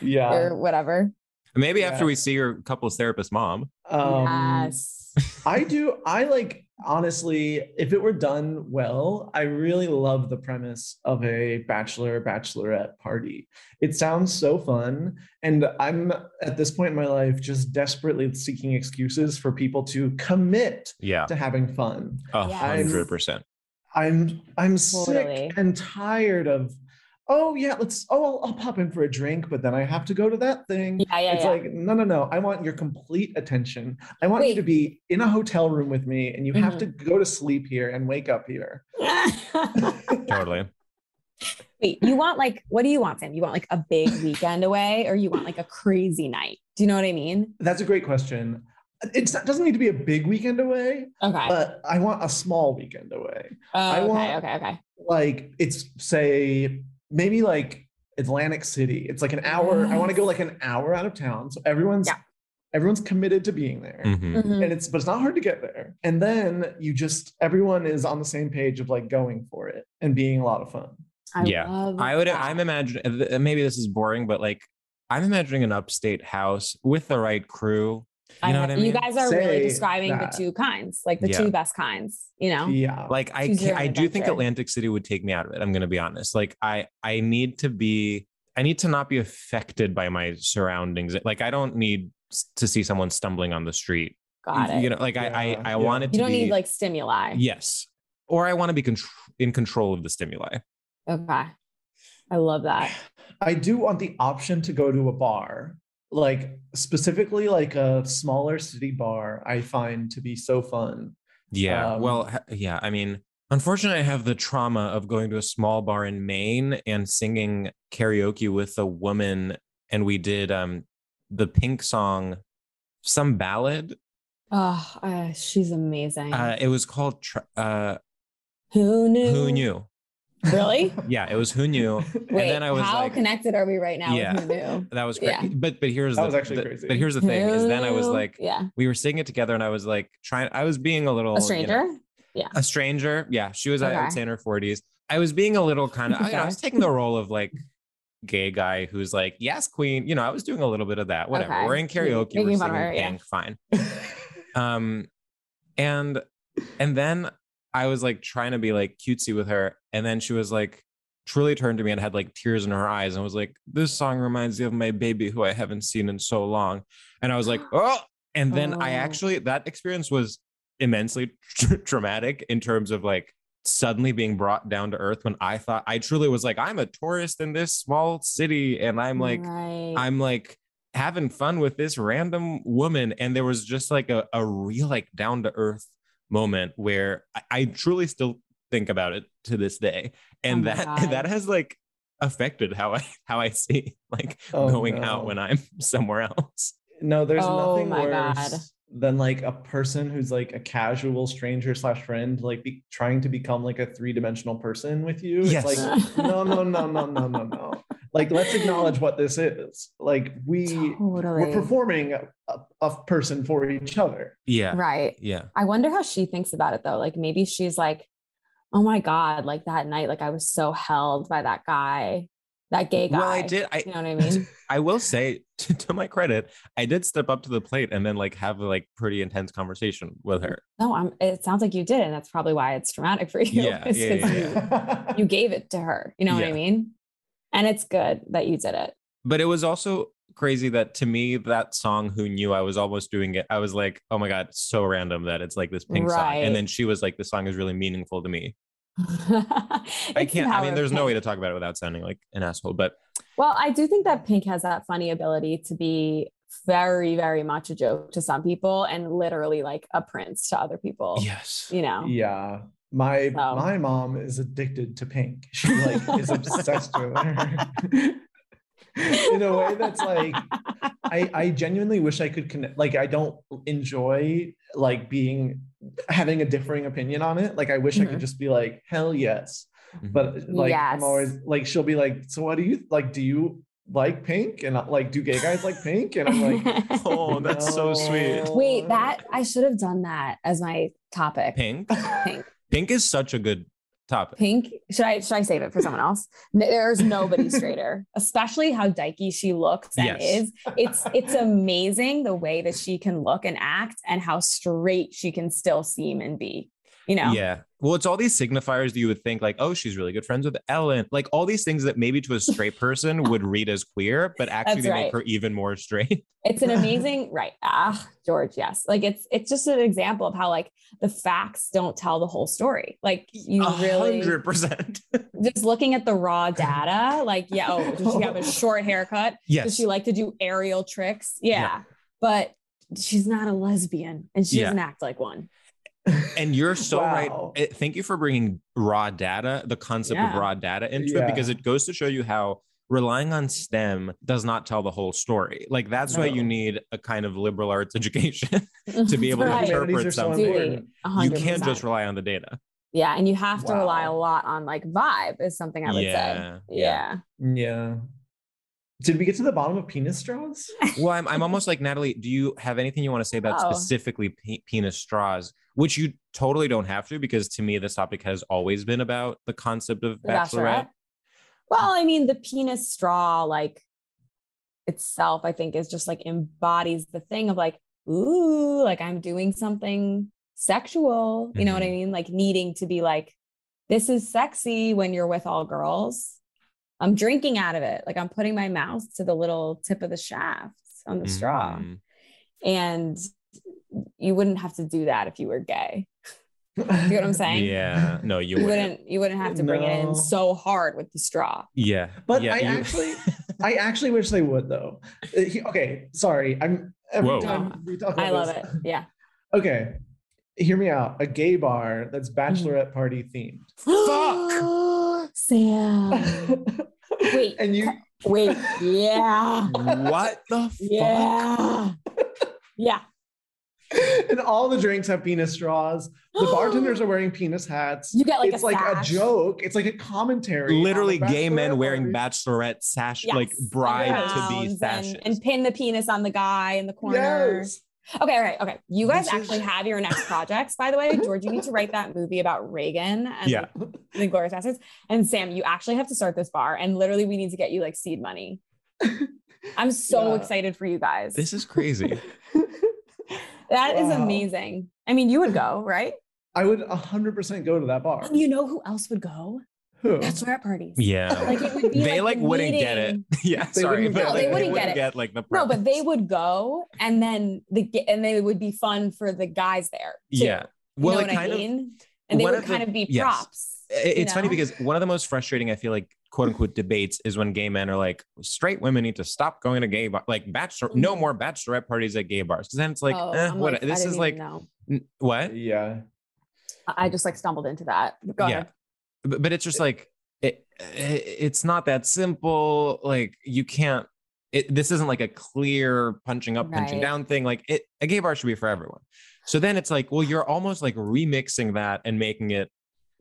S3: yeah.
S5: or whatever?
S2: maybe
S3: Yeah.
S2: after we see your couples therapist mom.
S3: Um,
S5: yes.
S3: I do. I like honestly, if it were done well, I really love the premise of a bachelor bachelorette party. It sounds so fun, and I'm at this point in my life just desperately seeking excuses for people to commit
S2: Yeah,
S3: to having fun.
S2: a
S5: Yes.
S2: hundred percent.
S3: I'm I'm
S5: Totally.
S3: sick and tired of. Oh yeah, let's. Oh, I'll, I'll pop in for a drink, but then I have to go to that thing.
S5: Yeah, yeah,
S3: it's
S5: yeah.
S3: like no, no, no. I want your complete attention. I want you
S5: Wait. Mm-hmm.
S3: to be in a hotel room with me, and you have to go to sleep here and wake up here.
S2: Totally.
S5: Wait, you want like what do you want, Sam? You want like a big weekend away or you want like a crazy night? Do you know what I mean?
S3: That's a great question. it's not, doesn't need to be a big weekend away,
S5: Okay.
S3: but I want a small weekend away.
S5: Oh, okay.
S3: want-
S5: okay. Okay.
S3: Like it's say maybe like Atlantic City. It's like an hour. I want to go like an hour out of town, so everyone's
S5: Yeah.
S3: everyone's committed to being there.
S2: Mhm.
S5: Mhm.
S3: And it's but it's not hard to get there. And then you just everyone is on the same page of like going for it and being a lot of fun.
S5: Mm-hmm. I
S2: Yeah.
S5: love
S2: I would.
S5: that.
S2: I'm imagining. Maybe this is boring, but like, I'm imagining an upstate house with the right crew. You know what I mean?
S5: You guys are really
S3: Say
S5: describing
S3: that.
S5: the two kinds, like the
S2: Yeah.
S5: two best kinds. You know.
S3: Yeah.
S2: like I,
S5: Choose your
S2: can't,
S5: own
S2: I do think
S5: adventure.
S2: Atlantic City would take me out of it. I'm going to be honest. Like I, I need to be. I need to not be affected by my surroundings. Like I don't need s- to see someone stumbling on the street.
S5: Got it.
S2: You know, like I,
S3: Yeah,
S2: I, I
S3: yeah.
S2: want it to
S5: you don't
S2: be
S5: need like stimuli.
S2: yes, or I want to be contr- in control of the stimuli.
S5: Okay. I love that.
S3: I do want the option to go to a bar, like specifically like a smaller city bar. I find to be so fun.
S2: Yeah.
S3: Um,
S2: well, ha- yeah. I mean, unfortunately, I have the trauma of going to a small bar in Maine and singing karaoke with a woman, and we did um the Pink song, some ballad.
S5: Oh, uh, she's amazing.
S2: Uh, it was called tra- uh,
S5: who knew?
S2: Who Knew.
S5: Really?
S2: Yeah, it was Who Knew.
S5: Wait,
S2: then I was
S5: how
S2: like-
S5: connected are we right now?
S2: Yeah.
S5: With who knew?
S2: That was crazy.
S5: Yeah.
S2: But but here's
S3: That
S2: the,
S3: was actually
S2: the-
S3: crazy.
S2: But here's the thing: is then I was
S5: Who-
S2: like,
S5: yeah,
S2: we were singing it together, and I was like trying. I was being a little
S5: a
S2: you know,
S5: stranger.
S2: a stranger. Yeah, she was I
S5: Okay.
S2: would say in her forties. I was being a little kind of. I, you know, I
S5: Okay.
S2: was taking the role of like gay guy who's like, yes, queen. You know, I was doing a little bit of that. Whatever.
S5: Okay.
S2: We're in karaoke. we're
S5: Making fun
S2: singing
S5: of her, yeah.
S2: Pink, Fine. um, and and then I was like trying to be like cutesy with her, and then she was like truly turned to me and had like tears in her eyes and was like, "This song reminds me of my baby who I haven't seen in so long," and I was like, "Oh!" And then I
S5: Oh.
S2: actually that experience was immensely tr- traumatic in terms of like suddenly being brought down to earth when I thought I truly was like, "I'm a tourist in this small city," and I'm like.
S5: Right.
S2: I'm like having fun with this random woman. And there was just like a, a real, like down to earth moment where I, I truly still think about it to this day. And
S5: Oh my
S2: that,
S5: God.
S2: that has like affected how I, how I see like
S3: Oh,
S2: going
S3: no.
S2: out when I'm somewhere else.
S3: No, there's
S5: Oh
S3: nothing
S5: my God.
S3: worse than like a person who's like a casual stranger slash friend, like be, trying to become like a three dimensional person with you.
S2: Yes.
S3: It's like no, no, no, no, no, no, no. Like let's acknowledge what this is. Like we
S5: totally
S3: we're performing a, a- a person for each other.
S2: Yeah.
S5: right.
S2: Yeah.
S5: I wonder how she thinks about it though. Like maybe she's like, oh my God, like that night, like I was so held by that guy, that gay guy.
S2: Well, I did. I,
S5: You know what I mean?
S2: I will say to, to my credit, I did step up to the plate and then like have a like pretty intense conversation with her.
S5: No, I'm it sounds like you did, and that's probably why it's traumatic for you.
S2: Yeah,
S5: is 'cause
S2: yeah, yeah,
S5: You, you gave it to her. You know what I
S2: Yeah.
S5: mean? And it's good that you did it.
S2: but it was also crazy that to me that song who knew i was almost doing it i was like oh my god it's so random that it's like this pink song
S5: Right.
S2: and then she was like this song is really meaningful to me i
S5: It's the
S2: can't i
S5: power
S2: mean
S5: of
S2: there's no
S5: pink.
S2: way to talk about it without sounding like an asshole but
S5: Well, I do think that Pink has that funny ability to be very, very much a joke to some people and literally like a prince to other people.
S2: yes
S5: You know?
S3: yeah. My
S5: Wow.
S3: my mom is addicted to pink. She like is obsessed with her. In a way that's like I, I genuinely wish I could connect. Like, I don't enjoy like being having a differing opinion on it. Like, I wish I
S5: Mhm.
S2: Mm-hmm.
S3: could just be like, hell yes.
S2: Mhm.
S3: But like,
S5: Yes.
S3: I'm always like, she'll be like, so what do you like? Do you like pink? And I- like, do gay guys like pink? And I'm like,
S2: oh that's so sweet
S3: "No."
S5: Wait, that I should have done that as my topic.
S2: "Oh." pink
S5: Pink.
S2: pink is such a good topic
S5: Pink. Should I should I save it for someone else? N- There's nobody straighter, especially how dykey she looks and
S2: Yes.
S5: is. It's it's amazing the way that she can look and act and how straight she can still seem and be. You know?
S2: yeah well it's all these signifiers that you would think like oh she's really good friends with ellen like all these things that maybe to a straight person would read as queer but actually
S5: That's
S2: they
S5: right.
S2: make her even more straight
S5: It's an amazing right. Ah, George, yes. Like it's it's just an example of how like the facts don't tell the whole story. Like you
S2: A
S5: really
S2: 100%
S5: just looking at the raw data, like, yeah, oh, does she have a short haircut?
S2: yes
S5: Does she like to do aerial tricks? Yeah.
S2: Yeah.
S5: But she's not a lesbian and she
S2: Yeah.
S5: doesn't act like one.
S2: And you're so
S3: Wow.
S2: right. Eh, Thank you for bringing raw data, the concept
S5: Yeah.
S2: of raw data into
S3: Yeah.
S2: it, because it goes to show you how relying on STEM does not tell the whole story. Like that's why
S3: No.
S2: you need a kind of liberal arts education. to be able to
S5: Right.
S2: interpret
S3: Humanities are so
S2: something.
S3: important.
S2: you
S5: 100%.
S2: can't just rely on the data.
S5: Yeah, and you have to rely a
S3: Wow.
S5: lot on like vibe is something I would
S2: Yeah,
S5: say.
S2: yeah.
S5: Yeah.
S3: Yeah. Did we get to the bottom of penis straws?
S2: Well, I'm, I'm almost like Natalie. Do you have anything you want to say about
S5: Oh.
S2: specifically pe- penis straws, which you totally don't have to, because to me this topic has always been about the concept of
S5: The bachelorette.
S2: bachelorette.
S5: Well, I mean, the penis straw, like itself, I think is just like embodies the thing of like, ooh, like I'm doing something sexual. You know what I
S2: Mhm.
S5: mean? Like needing to be like, this is sexy when you're with all girls. I'm drinking out of it. Like I'm putting my mouth to the little tip of the shaft on the straw.
S2: Mhm.
S5: And you wouldn't have to do that if you were gay.
S3: you
S5: You know what I'm saying?
S2: Yeah. No, you
S5: You
S2: wouldn't.
S5: wouldn't you wouldn't have to bring it
S3: No.
S5: in so hard with the straw.
S2: Yeah.
S3: But
S2: yeah,
S3: I
S2: you-
S3: actually- I actually wish they would though. Uh, he- Okay, sorry. I'm every
S2: Whoa.
S3: time we talk about
S5: I love
S3: this-
S5: it. Yeah.
S3: Okay. Hear me out. A gay bar that's
S5: Mm-hmm.
S3: bachelorette party themed.
S5: Fuck. Sam. Wait.
S3: and you
S5: Wait. Yeah.
S2: what the fuck?
S5: Yeah. Yeah.
S3: and all the drinks have penis straws. The bartenders are wearing penis hats.
S5: You get like
S3: it's
S5: a
S3: like
S5: sash.
S3: a joke. It's like a commentary. on
S2: Literally,
S3: the
S2: gay men
S3: bachelorette
S2: wearing
S3: party.
S2: bachelorette sash,
S5: Yes.
S2: like bride to be
S5: Rounds
S2: sashes.
S5: and, and pin the penis on the guy in the corner.
S3: Yes.
S5: Okay, all right, okay. You guys
S3: This is-
S5: actually have your next projects, by the way. George, you need to write that movie about Reagan and
S2: Yeah.
S5: like, the Glorious Assets. And Sam, you actually have to start this bar, and literally, we need to get you like seed money. I'm so
S3: Yeah.
S5: excited for you guys.
S2: this is crazy.
S5: That is
S3: Wow.
S5: amazing. I mean, you would go, right?
S3: I would 100% go to that bar.
S5: And you know who else would go?
S3: Who?
S5: Bachelorette parties.
S2: Yeah.
S5: Like it would be
S2: they like
S5: the
S2: wouldn't get it.
S5: meeting.
S2: Yeah,
S3: They
S2: sorry,
S3: wouldn't
S2: but
S3: get it.
S2: like,
S3: No, they wouldn't
S5: get it.
S2: like the
S5: No, but
S2: preference.
S5: they would go, and then the g- and they would be fun for the guys there. too.
S2: yeah.
S5: You
S2: Well,
S5: know
S2: it
S5: what
S2: kind
S5: I
S2: of
S5: mean? and they
S2: one
S5: would
S2: of the-
S5: kind of be
S2: yes.
S5: props.
S2: it- it's funny
S5: know?
S2: because one of the most frustrating I feel like quote unquote debates is when gay men are like straight women need to stop going to gay bar like bachelor no
S5: Mhm.
S2: more bachelorette parties at gay bars because then it's like,
S5: Oh,
S2: eh,
S5: I'm
S2: what
S5: like, I
S2: this
S5: didn't
S2: is
S5: even
S2: like
S5: know.
S2: n- what
S3: Yeah.
S5: I I just like stumbled into that. Go
S2: Yeah.
S5: ahead.
S2: but, but it's just like it, it- it's not that simple like you can't it, this isn't like a clear punching up punching
S5: Right.
S2: down thing like it a gay bar should be for everyone so then it's like well you're almost like remixing that and making it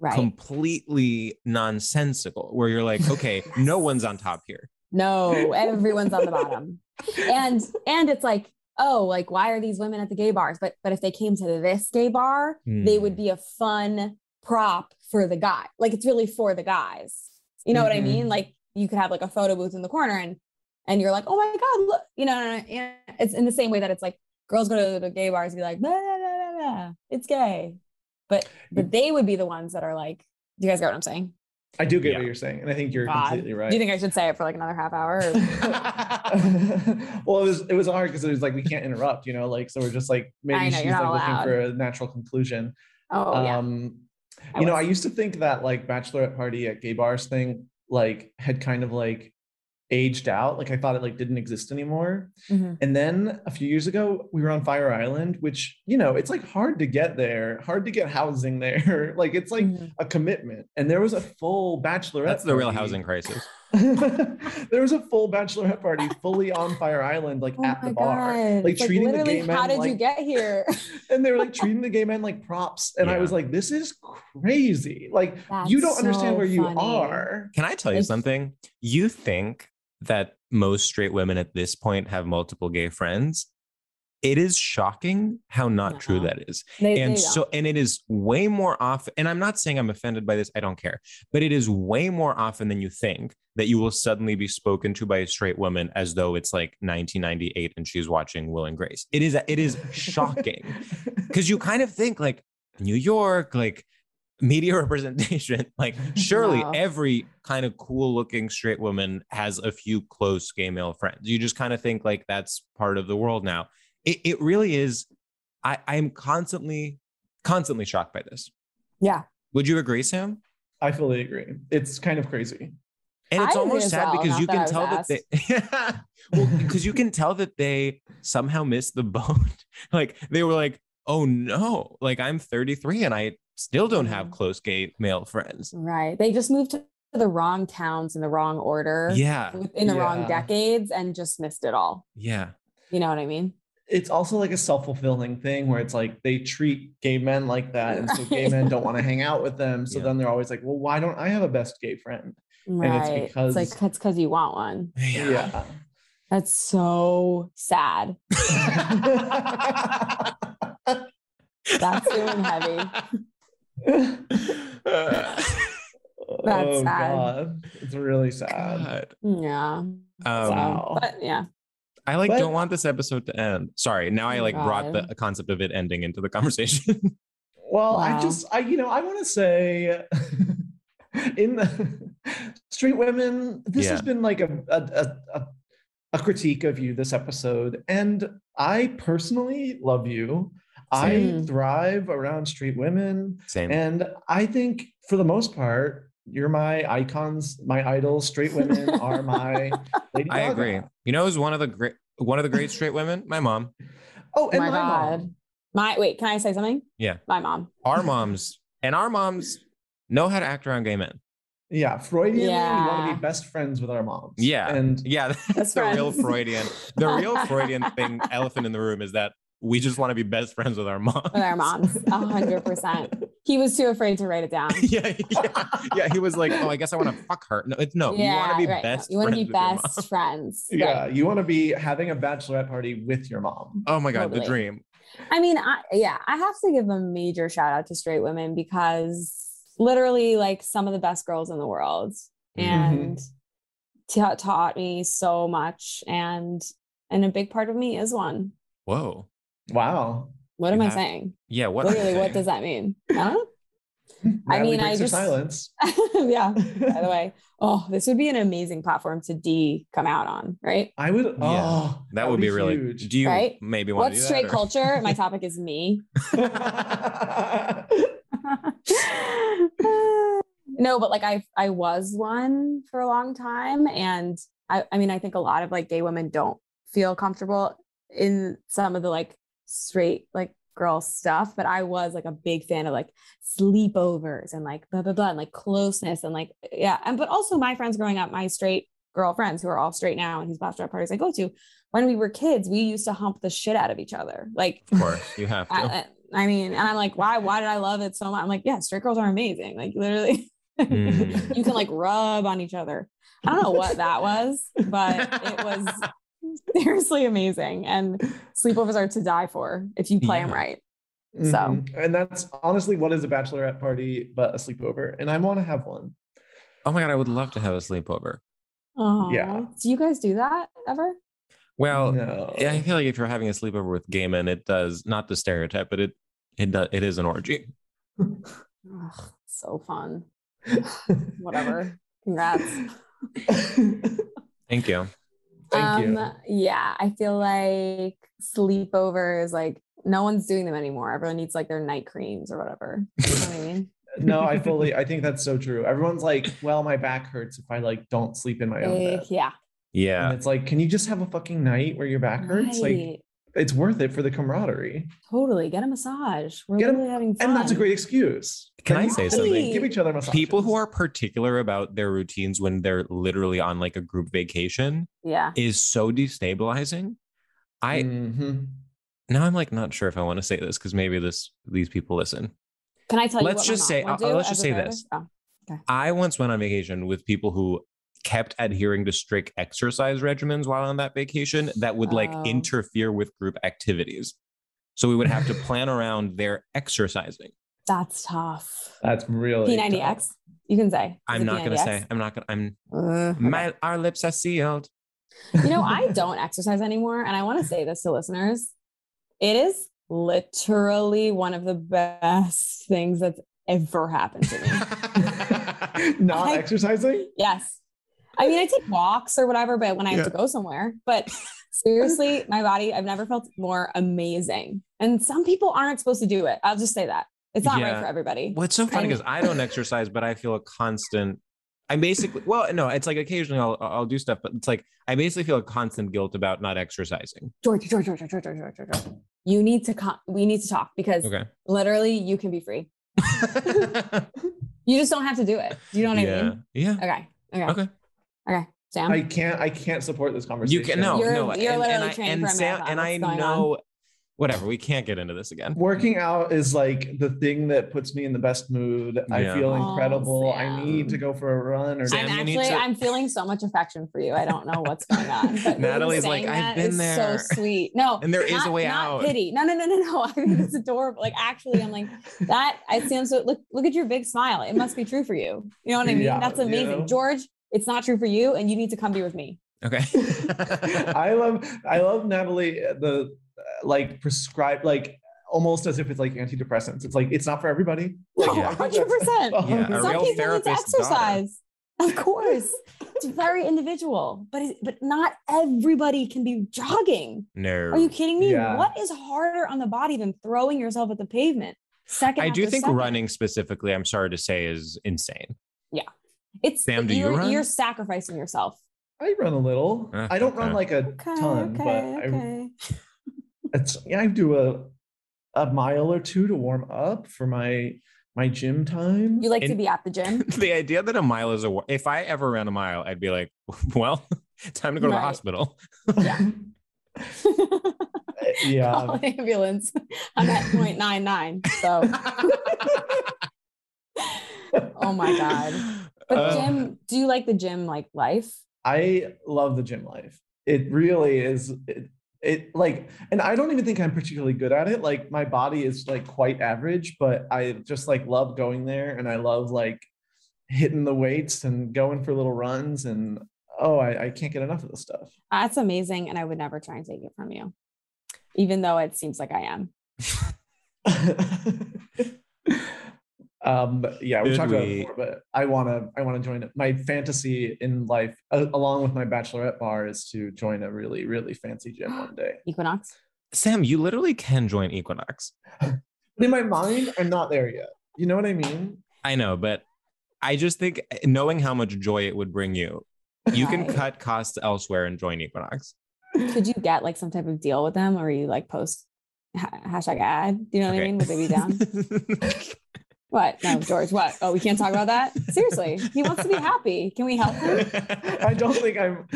S5: Right.
S2: completely nonsensical where you're like okay no one's on top here
S5: no, everyone's on the bottom. And and it's like, oh, like why are these women at the gay bars? But but if they came to this gay bar, they would
S3: Hmm.
S2: Mm.
S5: be a fun prop for the guy. Like it's really for the guys. You know what I
S3: Mhm.
S5: mean? Like you could have like a photo booth in the corner and and you're like, oh my god, look, you know, yeah. it's in the same way that it's like girls go to the gay bars and be like, nah, nah, nah, nah, nah, it's gay. But but they would be the ones that are like, do you guys get what I'm saying?
S3: I do get
S2: Yeah.
S3: what you're saying. And I think you're
S5: God.
S3: completely right.
S5: Do you think I should say it for like another half hour? or-
S3: well, it was it was hard because it was like we can't interrupt, you know, like so we're just like
S5: I
S3: maybe
S5: know,
S3: she's
S5: you're
S3: like
S5: not allowed.
S3: looking for a natural conclusion.
S5: oh yeah.
S3: um,
S5: I
S3: you know, I
S5: was.
S3: used to think that like bachelorette party at gay bars thing like had kind of like aged out. Like I thought it like didn't exist anymore.
S5: Mhm.
S3: And then a few years ago, we were on Fire Island, which you know it's like hard to get there, hard to get housing there. like it's like
S2: Mm-hmm.
S5: Mhm.
S3: a commitment. And there was a full bachelorette.
S2: that's the real
S3: party.
S2: housing crisis
S3: there was a full bachelorette party fully on Fire Island, like
S5: Oh
S3: at
S5: my
S3: the bar.
S5: God.
S3: Like,
S5: It's
S3: treating the
S5: literally,
S3: gay
S5: how
S3: men
S5: did you
S3: like-
S5: get here?
S3: And they were like treating the gay men like props. And I
S2: Yeah.
S3: was like, this is crazy. Like,
S5: That's
S3: you don't understand
S5: so
S3: where you
S5: funny.
S3: are.
S2: Can I tell you
S5: It's-
S2: something? You think that most straight women at this point have multiple gay friends? It is shocking how not true
S5: No.
S2: that is.
S5: They- they
S2: And
S5: don't.
S2: so and it is way more often and I'm not saying I'm offended by this, I don't care. But it is way more often than you think that you will suddenly be spoken to by a straight woman as though it's like 1998 and she's watching Will and Grace. It is it is shocking because you kind of think like New York, like media representation, like surely
S5: No.
S2: every kind of cool looking straight woman has a few close gay male friends. You just kind of think like that's part of the world now. It, it really is. I, I am constantly, constantly shocked by this.
S5: Yeah.
S2: Would you agree, Sam?
S3: I fully agree. It's kind of crazy.
S2: And it's
S5: I agree
S2: almost
S5: as
S2: sad
S5: well,
S2: because
S5: not
S2: you
S5: that
S2: can
S5: I
S2: tell
S5: was
S2: that they well, because you can tell that they somehow missed the boat. like they were like, oh no, like I'm 33 and I still don't have
S5: Mhm.
S3: Mm.
S2: close gay male friends.
S5: Right. They just moved to the wrong towns in the wrong order
S2: Yeah.
S5: in the wrong
S3: Yeah.
S5: decades and just missed it all.
S2: Yeah.
S5: You know what I mean?
S3: it's also like a self-fulfilling thing where it's like they treat gay men like that and so gay men don't want to hang out with them so
S2: Yeah.
S3: then they're always like well why don't i have a best gay friend
S5: Right.
S3: it's because-
S5: like that's because you want one.
S3: yeah,
S5: That's so sad. That's doing heavy.
S3: That's
S5: sad.
S3: Oh, It's really sad.
S2: God.
S5: Yeah. Um,
S2: Um,
S3: Wow.
S5: But yeah.
S2: I like
S3: But- Oh
S2: don't want this episode to end. Sorry. Now I like brought the concept of it ending into the conversation.
S3: Well,
S5: Wow.
S3: I just, I, you know, I want to say in the Street Women, this has
S2: Yeah.
S3: been like a, a, a, a, a critique of you this episode. And I personally love you. I
S5: Same.
S3: thrive around Street Women.
S2: Same.
S3: And I think for the most part, you're my icons, my idols. Straight women are my. Lady
S2: I
S3: Gaga.
S2: agree. You know who's one of the great one of the great straight women? My mom.
S3: Oh, and
S5: my,
S3: my,
S5: God.
S3: mom.
S5: My wait, can I say something?
S2: Yeah.
S5: My mom.
S2: Our moms and our moms know how to act around gay men.
S3: Yeah, Freudian. We want to
S5: Yeah.
S3: be best friends with our moms.
S2: Yeah.
S3: and
S2: Yeah, that's
S5: Best
S2: the real
S5: friends.
S2: Freudian. The real Freudian thing, elephant in the room, is that we just want to be best friends with our mom.
S5: With our moms. A hundred percent. He was too afraid to write it down.
S2: yeah, yeah, yeah. He was like, "Oh, I guess I want to fuck her." No, it's no. you want to be
S5: right.
S2: best.
S5: You want to
S2: friends
S5: be
S2: with your mom.
S5: best friends. Right.
S3: yeah, you want to be having a bachelorette party with your mom.
S5: Uh,
S2: Oh my god, the
S5: Totally.
S2: dream.
S5: I mean, I, yeah, I have to give a major shout out to straight women because literally, like, some of the best girls in the world,
S2: Mhm.
S5: and ta- taught me so much, and and a big part of me is one.
S2: Whoa.
S3: Wow.
S5: What
S2: You
S5: am I
S2: have-
S5: saying?
S2: Yeah. What?
S5: Literally, what does that mean? I don't know. I
S3: Natalie
S5: mean, I
S3: breaks her
S5: just-
S3: silence.
S5: yeah. By the way, oh, this would be an amazing platform to D come out on, right?
S3: I would.
S2: Yeah,
S3: Oh,
S2: that would be really.
S3: huge.
S2: Do you
S5: Right?
S2: maybe want
S5: What's
S2: to do that,
S5: straight
S2: or-
S5: culture? My topic is me. no, but like I I was one for a long time and I I mean I think a lot of like gay women don't feel comfortable in some of the like straight like girl stuff, but I was like a big fan of like sleepovers and like blah blah blah and like closeness and like yeah, and but also my friends growing up, my straight girl friends who are all straight now and whose bachelor parties I go to, when we were kids, we used to hump the shit out of each other. Like
S2: Of course, you have to.
S5: I, I I mean, and I'm like, why? Why did I love it so much? I'm like, yeah, straight girls are amazing. Like literally,
S2: Mm.
S5: you can like rub on each other. I don't know what that was, but it was seriously amazing. And sleepovers are to die for if you play them
S2: Yeah.
S5: right.
S3: Mhm.
S5: So.
S3: and that's honestly what is a bachelorette party but a sleepover, and I want to have one.
S2: oh my god, I would love to have a sleepover.
S5: Oh
S3: Yeah.
S5: Do you guys do that ever?
S2: Well,
S3: no.
S2: yeah, I feel like if you're having a sleepover with gay men, it does not the stereotype, but it it does, it is an orgy.
S5: Ugh, so fun. Whatever. Congrats.
S2: Thank you.
S3: Thank you.
S5: Um, Yeah, I feel like sleepovers, like no one's doing them anymore. Everyone needs like their night creams or whatever. You know what I mean?
S3: no, I fully. I think that's so true. Everyone's like, "Well, my back hurts if I like don't sleep in my own
S5: Eh,
S3: bed."
S5: yeah.
S2: Yeah.
S3: And it's like, can you just have a fucking night where your back hurts? Like,
S5: Right.
S3: it's worth it for the camaradeally,
S5: totally. Get a massage. We're
S3: Get a-
S5: literally having fun.
S3: and that's a great excuse.
S2: Can
S3: Then
S2: I
S3: you
S2: say
S3: can
S5: something?
S3: Give each other massages.
S2: People who are particular about their routines when they're literally on like a group vacation
S5: Yeah.
S2: is so destabilizing. I
S5: Mm.
S3: Mhm.
S2: now I'm like not sure if I want to say this because maybe this these people listen.
S5: Can I tell you?
S2: Let's
S5: what my
S2: just
S5: mom
S2: say-
S5: would
S2: I'll-
S5: do
S2: let's
S5: as
S2: just
S5: a
S2: say
S5: therapist? Oh,
S2: I once went on vacation with people who kept adhering to strict exercise regimens while on that vacation that would like
S5: Oh.
S2: interfere with group activities. So we would have to plan around their exercising.
S5: that's tough.
S3: That's really.
S5: P90X. You can say. Is
S2: I'm
S5: it
S2: not gonna
S5: P90X?
S2: say. I'm not gonna. I'm
S5: Ugh, okay.
S2: my our lips are sealed.
S5: you know, I don't exercise anymore. And I want to say this to listeners it is literally one of the best things that's ever happened to me.
S3: tough. Not
S5: I-
S3: exercising.
S5: yes. I mean, I take walks or whatever, but when I have to go somewhere, but seriously, my body, I've never felt more amazing. And some people aren't supposed to do it. I'll just say that. It's not right
S2: Yeah.
S5: for everybody.
S2: What's so funny
S5: And-
S2: is I don't exercise, but I feel a constant. I basically well, no, it's like occasionally I'll I'll do stuff, but it's like I basically feel a constant guilt about not exercising.
S5: George, George, George, George, George, George, George, George. You need to, con- we need to talk because
S2: Okay.
S5: literally you can be free. You just don't have to do it. You know what
S2: yeah.
S5: I mean?
S2: Yeah.
S5: Okay. Okay.
S2: Okay.
S5: Okay. Sam.
S3: I can't. I can't support this
S2: You
S3: conversation.
S2: can no,
S5: You're-
S2: no.
S5: you're
S2: and, and
S5: literally
S2: I,
S5: training
S2: and
S5: for a
S2: Sam
S5: marathon.
S2: and I
S5: What's going on?
S2: know whatever. We can't get into this again.
S3: Working out is like the thing that puts me in the best mood.
S2: Yeah.
S3: I feel
S5: Oh,
S3: incredible. I
S5: Sam.
S3: need to go for a run or
S2: Sam,
S5: I'm
S2: you need
S5: actually
S2: to-
S5: I'm feeling so much affection for you. I don't know what's going on. But you
S2: Natalie's
S5: saying
S2: like, "I've
S5: that
S2: been
S5: is
S2: there."
S5: So sweet. No,
S2: And there is
S5: not,
S2: a way
S5: not
S2: out.
S5: Pity. No, no, no, no, no. I think it's adorable. Like actually, I'm like that. I see. I'm so look. Look at your big smile. It must be true for you. You know what I mean?
S3: Yeah,
S5: That's
S3: you
S5: amazing,
S3: know?
S5: George. It's not true for you, and you need to come be with me.
S2: Okay.
S3: I love I love Natalie uh, the uh, like prescribed like almost as if it's like antidepressants. It's like it's not for everybody.
S5: No,
S2: Yeah.
S5: hundred percent.
S2: Yeah, a
S5: Some
S2: real
S5: people need to
S2: therapist's daughter.
S5: exercise. Of course, it's very individual, but it, but not everybody can be jogging.
S2: no.
S5: Are you kidding me?
S3: Yeah.
S5: What is harder on the body than throwing yourself at the pavement? Second,
S2: I do
S5: after
S2: think
S5: second.
S2: running specifically, I'm sorry to say, is insane.
S5: It's
S2: Sam, do you
S5: you're,
S2: run?
S5: You're sacrificing yourself.
S3: I run a little.
S2: Uh,
S3: I don't
S2: okay.
S3: run like a
S5: Okay,
S3: ton,
S5: okay,
S3: but I,
S5: okay.
S3: it's, yeah, I do a a mile or two to warm up for my my gym time.
S5: You like to
S2: And-
S5: be at the gym.
S2: the idea that a mile is a wa- if I ever ran a mile, I'd be like, well, time to go to the
S5: Right.
S2: hospital.
S3: yeah. Eh,
S5: Call an ambulance. I'm at 0.99. So, oh my god. But
S2: Uh,
S5: Jim, do you like the gym like life?
S3: I love the gym life. It really is. It, it like, and I don't even think I'm particularly good at it. Like my body is like quite average, but I just like love going there and I love like hitting the weights and going for little runs and oh, I, I can't get enough of this stuff.
S5: That's amazing, and I would never try and take it from you, even though it seems like I am.
S3: um but yeah we
S2: Could
S3: talked about
S2: we-
S3: it before but i want to i want to join it my fantasy in life a- along with my bachelorette bar is to join a really really fancy gym one day
S5: Equinox.
S2: Sam, you literally can join Equinox.
S3: But in my mind, I'm not there yet. You know what I mean?
S2: I know, but I just think eh, knowing how much joy it would bring you, you can
S5: Right.
S2: cut costs elsewhere and join Equinox.
S5: Could you get like some type of deal with them, or you like post ha- hashtag ad? Do you know what I mean? Would they be down? what? No, George. What? Oh, we can't talk about that. Seriously, he wants to be happy. Can we help him?
S3: I don't think I'm.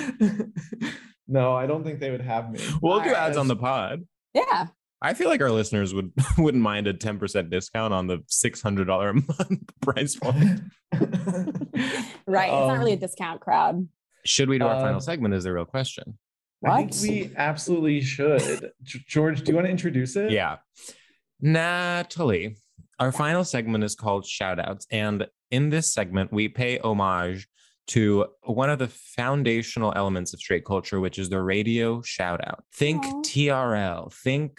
S3: no, I don't think they would have me.
S2: We'll
S5: All
S2: do
S5: right.
S2: ads on the pod.
S5: Yeah.
S2: I feel like our listeners would wouldn't mind a 10% discount on the $600 a month price point.
S5: Right. it's not really
S3: Um,
S5: a discount crowd.
S2: Should we do our
S3: Uh,
S2: final segment? Is the real question.
S3: I think
S5: What?
S3: we absolutely should. G- George, do you want to introduce it?
S2: Yeah. Natalie, our final segment is called Shoutouts. And in this segment, we pay homage to one of the foundational elements of straight culture, which is the radio shoutout. Think
S5: Aw.
S2: TRL, think,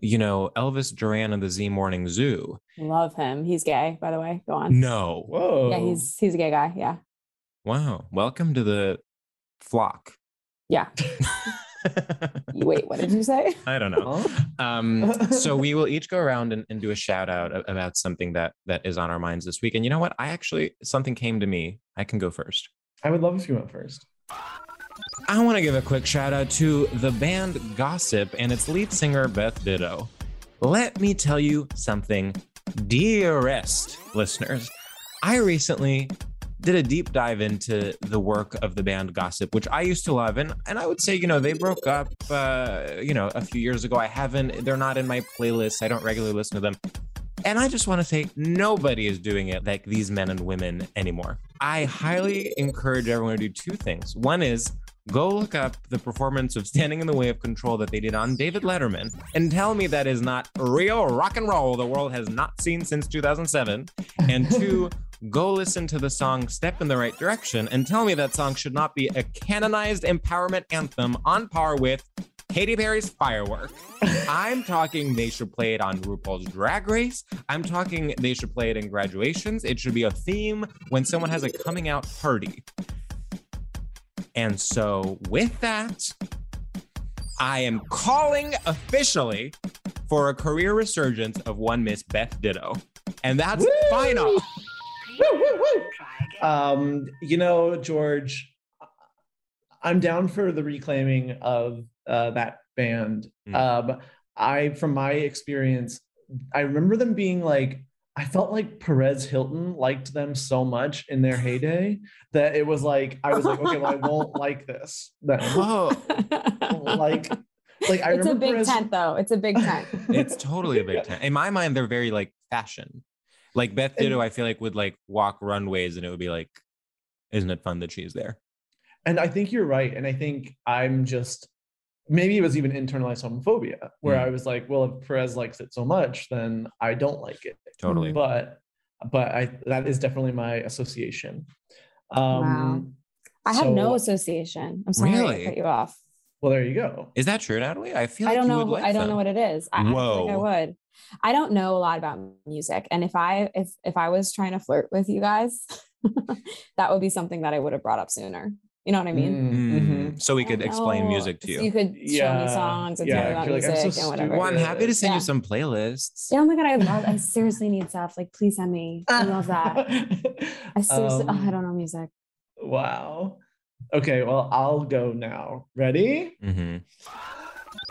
S2: you know, Elvis Duran and the Z Morning Zoo.
S5: Love him. He's gay, by the way. Go on.
S2: No.
S3: Whoa.
S5: Yeah, he's he's a gay guy. Yeah.
S2: Wow. Welcome to the flock.
S5: Yeah. Wait, what did you say?
S2: I don't know.
S3: Huh?
S2: Um, so we will each go around and, and do a shout out a- about something that that is on our minds this week. And you know what? I actually something came to me. I can go first.
S3: I would love if you went first.
S2: I want to give a quick shout out to the band Gossip and its lead singer Beth Ditto. Let me tell you something, dearest listeners. I recently did a deep dive into the work of the band Gossip, which I used to love, and and I would say you know they broke up, uh, you know, a few years ago. I haven't. They're not in my playlist. I don't regularly listen to them. And I just want to say nobody is doing it like these men and women anymore. I highly encourage everyone to do two things. One is go look up the performance of Standing in the Way of Control that they did on David Letterman and tell me that is not real rock and roll the world has not seen since 2007. And two, go listen to the song Step in the Right Direction and tell me that song should not be a canonized empowerment anthem on par with Katy Perry's Firework. I'm talking they should play it on RuPaul's Drag Race. I'm talking they should play it in graduations. It should be a theme when someone has a coming out party. And so, with that, I am calling officially for a career resurgence of one Miss Beth Ditto. And that's
S3: Woo!
S2: final.
S3: Um, you know, George, I'm down for the reclaiming of uh, that band.
S2: Mm.
S3: Um, I, from my experience, I remember them being like I felt like Perez Hilton liked them so much in their heyday that it was like I was like, okay, well, I won't like this. Then.
S2: Whoa.
S3: Oh, like, like I
S5: it's a
S3: remember
S5: big
S3: Perez-
S5: tent though. It's a big tent.
S2: It's totally a big tent. In my mind, they're very like fashion. Like Beth Ditto, I feel like would like walk runways and it would be like, isn't it fun that she's there?
S3: And I think you're right. And I think I'm just maybe it was even internalized homophobia where
S2: Mm.
S3: I was like, well, if Perez likes it so much, then I don't like it.
S2: Totally.
S5: Mm.
S3: But but I that is definitely my association. Um
S5: Wow. I have
S3: so-
S5: no association. I'm sorry
S2: Really?
S5: I cut you off.
S3: Well, there you go.
S2: Is that true, Natalie? I feel
S5: I
S2: like
S5: don't
S2: you
S5: know.
S2: would
S5: who-
S2: like
S5: I don't
S2: them.
S5: know what it is. I, I feel like I
S2: Whoa.
S5: would. I don't know a lot about music, and if I if if I was trying to flirt with you guys, that would be something that I would have brought up sooner. You know what I mean?
S3: Mm, mhm.
S2: Mm. So we
S5: I
S2: could
S5: don't
S2: explain
S5: know.
S2: music to
S5: So
S2: you.
S5: you could show
S3: Yeah.
S5: me songs and
S3: Yeah,
S5: tell me
S3: I
S5: about
S3: feel like I'm
S5: music
S3: so
S5: and
S3: stupid.
S5: whatever.
S2: well, I'm happy to send
S5: Yeah.
S2: you some Ah. playlists.
S5: Yeah, oh my god, I love. I seriously need stuff. Like, please send me. I love that. I seriously, oh, I don't know music.
S3: Um, Wow. Okay, well, I'll go now. Ready?
S2: hmm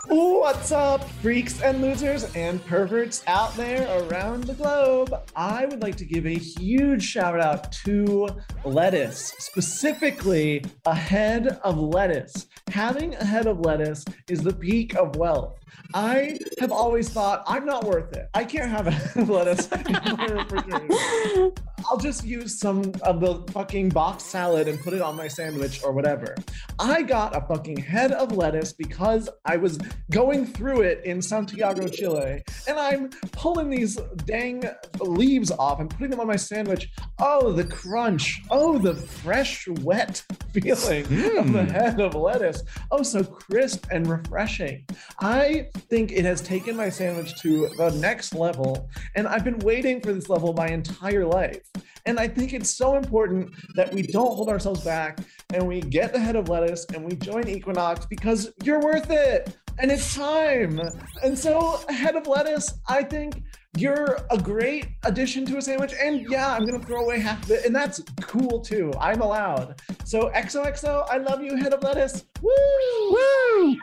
S3: What's up, freaks and losers and perverts out there around the globe? I would like to give a huge shout out to lettuce, specifically a head of lettuce. Having a head of lettuce is the peak of wealth. I have always thought I'm not worth it. I can't have a head of lettuce in my refrigerator. I'll just use some of the fucking box salad and put it on my sandwich or whatever. I got a fucking head of lettuce because I was going through it in Santiago, Chile, and I'm pulling these dang leaves off and putting them on my sandwich. Oh, the crunch. Oh, the fresh, wet feeling of the
S2: Mm.
S3: head of lettuce. Oh, so crisp and refreshing. I think it has taken my sandwich to the next level, and I've been waiting for this level my entire life. And I think it's so important that we don't hold ourselves back and we get the head of lettuce and we join Equinox because you're worth it and it's time. And so, head of lettuce, I think you're a great addition to a sandwich. And yeah, I'm going to throw away half of it. And that's cool too. I'm allowed. So, XOXO, I love you, head of lettuce. Woo! Woo!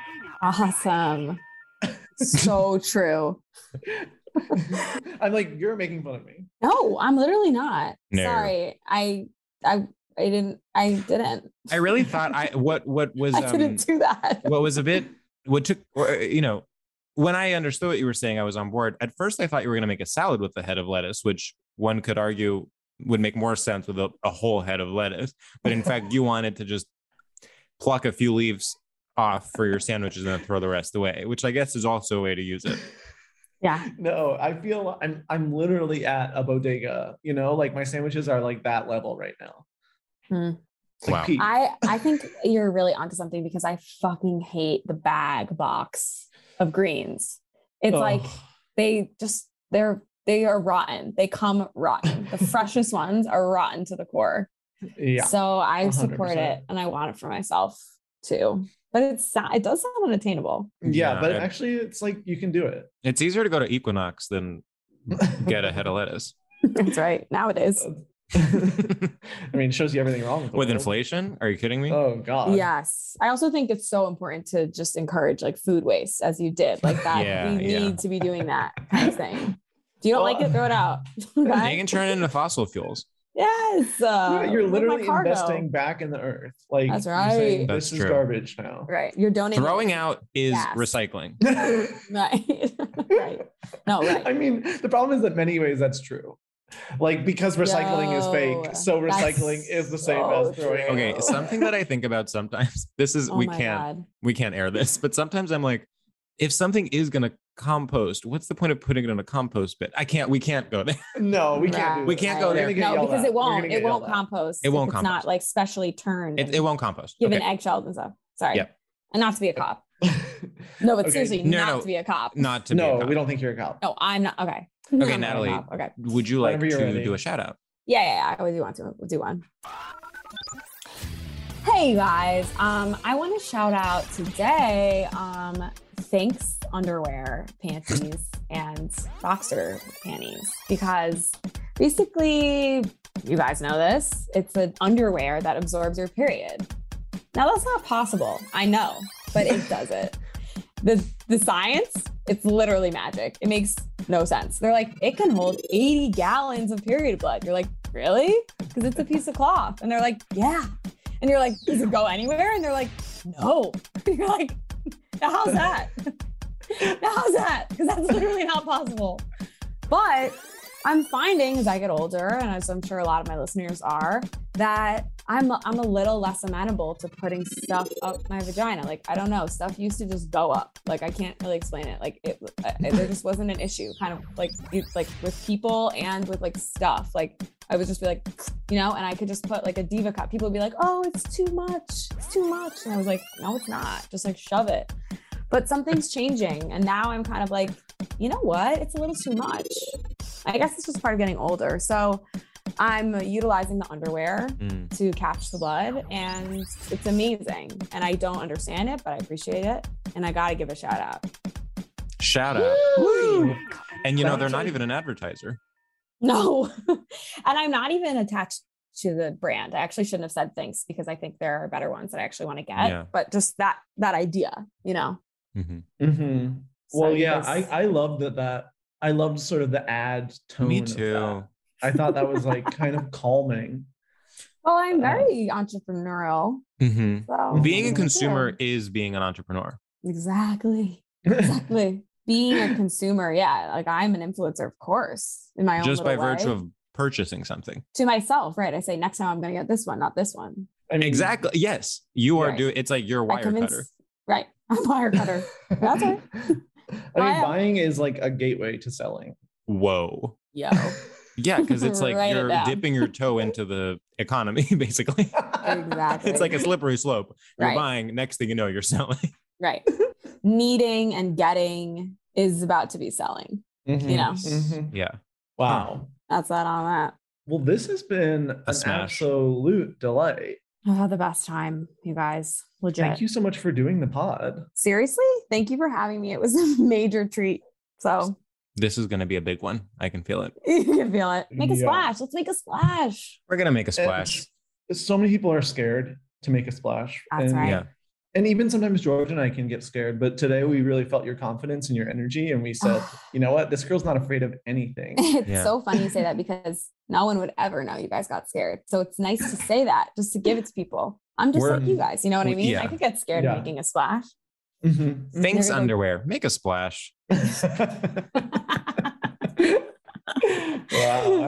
S5: Awesome. so true.
S3: I'm like, you're making fun of me.
S5: No, I'm literally not.
S2: No.
S5: Sorry. I I I didn't I didn't.
S2: I really thought I what what was
S5: I
S2: um,
S5: didn't do that.
S2: what was a bit what took or, you know when I understood what you were saying, I was on board. At first, I thought you were going to make a salad with a head of lettuce, which one could argue would make more sense with a, a whole head of lettuce. But in fact, you wanted to just pluck a few leaves off for your sandwiches and then throw the rest away, which I guess is also a way to use it.
S5: Yeah.
S3: No, I feel I'm I'm literally at a bodega. You know, like my sandwiches are like that level right now.
S5: Hmm.
S3: Like
S2: Wow.
S3: peak.
S5: I I think you're really onto something because I fucking hate the bag box of greens. It's
S3: Oh.
S5: like they just they're they are rotten. They come rotten. The freshest ones are rotten to the core.
S3: yeah.
S5: So I support
S3: 100%.
S5: it and I want it for myself too. But it's not, it does sound unattainable.
S3: yeah,
S2: Yeah,
S3: but
S2: I-
S3: actually it's like you can do it.
S2: It's easier to go to Equinox than get a head of lettuce.
S5: That's right. Nowadays.
S3: I mean, it shows you everything wrong with, the
S2: With
S3: world.
S2: inflation? Are you kidding me?
S3: Oh god.
S5: Yes. I also think it's so important to just encourage like food waste as you did. Like that
S2: Yeah,
S5: we
S2: yeah.
S5: need to be doing that kind of thing. If you don't like
S3: Well,
S5: it, throw it out.
S2: They
S5: Okay?
S2: can turn it into fossil fuels.
S5: yes.
S3: Yeah,
S5: Uh,
S3: you're
S5: where'd my
S3: literally
S5: cargo?
S3: investing back in the earth. Like
S5: That's
S3: you're saying,
S5: right.
S2: That's
S3: this is
S2: true.
S3: garbage now.
S5: Right. You're donating.
S2: Throwing out is
S5: Yes.
S2: recycling.
S5: Right. right. No, right.
S3: I mean, the problem is that many ways that's true. Like because recycling is
S5: No,
S3: fake, so recycling
S5: that's
S3: is the same
S5: so
S3: as throwing.
S5: true.
S2: Okay,
S3: out.
S2: something that I think about sometimes. This is
S5: Oh
S2: we
S5: my
S2: can't
S5: God.
S2: we can't air this, but sometimes I'm like, if something is gonna compost, what's the point of putting it in a compost bin? I can't. We can't go there.
S3: No, Oh, we can't. Do
S5: Right.
S2: We can't go
S3: We're
S2: there.
S3: gonna get
S5: No,
S3: yelled
S5: because
S3: at.
S5: it
S3: We're
S5: won't.
S3: gonna get
S5: It won't
S3: yelled at.
S5: compost.
S2: It
S5: if
S2: won't
S5: It's
S2: compost.
S5: not like specially turned.
S2: It,
S5: and
S2: it won't compost.
S5: Given
S2: Okay.
S5: eggshells and stuff. Sorry.
S2: Yep.
S5: And not to be a cop. No, but
S3: Okay.
S5: seriously,
S2: No,
S5: not
S2: no.
S5: to be a cop.
S2: Not to
S3: no,
S2: be. A cop.
S3: we don't think you're a cop.
S5: No, I'm not. Okay. No,
S2: Okay,
S5: I'm not a
S2: Natalie.
S5: cop. Okay.
S2: Would you like
S3: Whenever
S2: to
S3: you're ready.
S2: do a shout out?
S5: Yeah, yeah, yeah. I always do want to. We'll do one. Hey guys, um, I want to shout out today. Um, thanks underwear, panties, and boxer panties because basically, you guys know this. It's an underwear that absorbs your period. Now that's not possible. I know, but it does it. The the science It's literally magic. It makes no sense. They're like, it can hold 80 gallons of period blood. You're like, really? Because it's a piece of cloth. And they're like, yeah. And you're like, does it go anywhere? And they're like, no. You're like, now how's that? now how's that? Because that's literally not possible. But I'm finding as I get older, and as I'm sure a lot of my listeners are, that I'm I'm a little less amenable to putting stuff up my vagina. Like I don't know, stuff used to just go up. Like I can't really explain it. Like it, I, I- there just wasn't an issue. Kind of like you- like with people and with like stuff. Like I would just be like, you know, and I could just put like a diva cup. People would be like, oh, it's too much, it's too much, and I was like, no, it's not. Just like shove it. But something's changing, and now I'm kind of like, you know what? It's a little too much. I guess it's just part of getting older. So. I'm utilizing the underwear
S2: Mm.
S5: to catch the blood and it's amazing and i don't understand it but i appreciate it and i gotta give a shout out
S2: Shout out.
S5: Woo!
S2: And you know, they're not even an advertiser.
S5: no and i'm not even attached to the brand i actually shouldn't have said thanks because i think there are better ones that i actually want to get
S2: Yeah.
S5: but just that that idea you know
S3: Mm-hmm.
S5: So
S3: Well,
S5: you
S3: yeah,
S5: guys-
S3: I I loved that that I loved sort of the ad tone.
S2: Me
S3: of that.
S2: too.
S3: I thought that was like kind of calming.
S5: well i'm
S3: Uh,
S5: very entrepreneurial
S2: Mhm.
S5: so
S2: Being a
S5: Yeah.
S2: consumer is being an entrepreneur.
S5: exactly exactly being a consumer yeah like i'm an influencer of course in my own
S2: just by
S5: little
S2: virtue
S5: way.
S2: of purchasing something.
S5: to myself, right? I say next time I'm going to get this one, not this one.
S3: I mean,
S2: Exactly. Yes, you are
S5: Right.
S2: doing. It's like you're a
S5: I
S2: wire
S5: convince,
S2: cutter.
S5: right? I'm a wire cutter. That's it.
S3: I mean,
S5: I-
S3: buying is like a gateway to selling.
S2: Whoa.
S5: Yo,
S2: Yeah, because it's like
S5: Write it
S2: you're
S5: down.
S2: dipping your toe into the economy, basically.
S5: Exactly.
S2: It's like a slippery slope. You're
S5: Right.
S2: buying. Next thing you know, you're selling.
S5: right. Needing and getting is about to be selling.
S3: Mhm,
S5: You know.
S3: mhm.
S2: Yeah.
S3: Wow.
S5: That's that on that.
S3: Well, this has been an
S2: smash.
S3: absolute delight.
S5: I've had the best time, you guys. Legit.
S3: Thank you so much for doing the pod.
S5: Seriously, thank you for having me. It was a major treat. So
S2: This is going to be a big one. I can feel it.
S5: you can feel it. Make a
S3: Yeah.
S5: splash. Let's make a splash.
S2: We're going to make a splash.
S3: And So many people are scared to make a splash.
S5: That's
S3: and,
S5: right.
S2: Yeah.
S3: And even sometimes George and I can get scared, but today we really felt your confidence and your energy. And we said, you know what? This girl's not afraid of anything.
S5: It's
S2: Yeah.
S5: so funny you say that because no one would ever know you guys got scared. So it's nice to say that just to give it to people. I'm just
S2: We're-
S5: like you guys. You know what I
S2: we-
S5: mean?
S2: yeah.
S5: I could get scared
S3: Yeah.
S5: of making a splash.
S3: Mhm.
S2: Thanks,
S5: There's a-
S2: underwear. Make a splash.
S3: wow.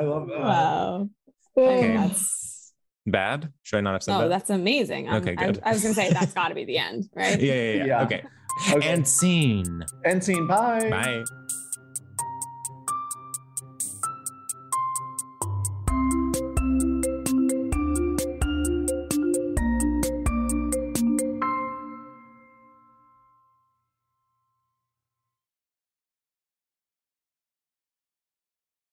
S3: I love that.
S5: Wow.
S2: Okay.
S5: That's
S2: Bad? Should I not have said
S5: no,
S2: that?
S5: that's amazing. I'm-
S2: Okay,
S5: I,
S2: good.
S5: I was gonna say that's gotta be the end, right?
S2: yeah, yeah, yeah,
S3: Yeah.
S2: Okay.
S3: Okay.
S2: And scene.
S3: And scene. Bye.
S2: Bye.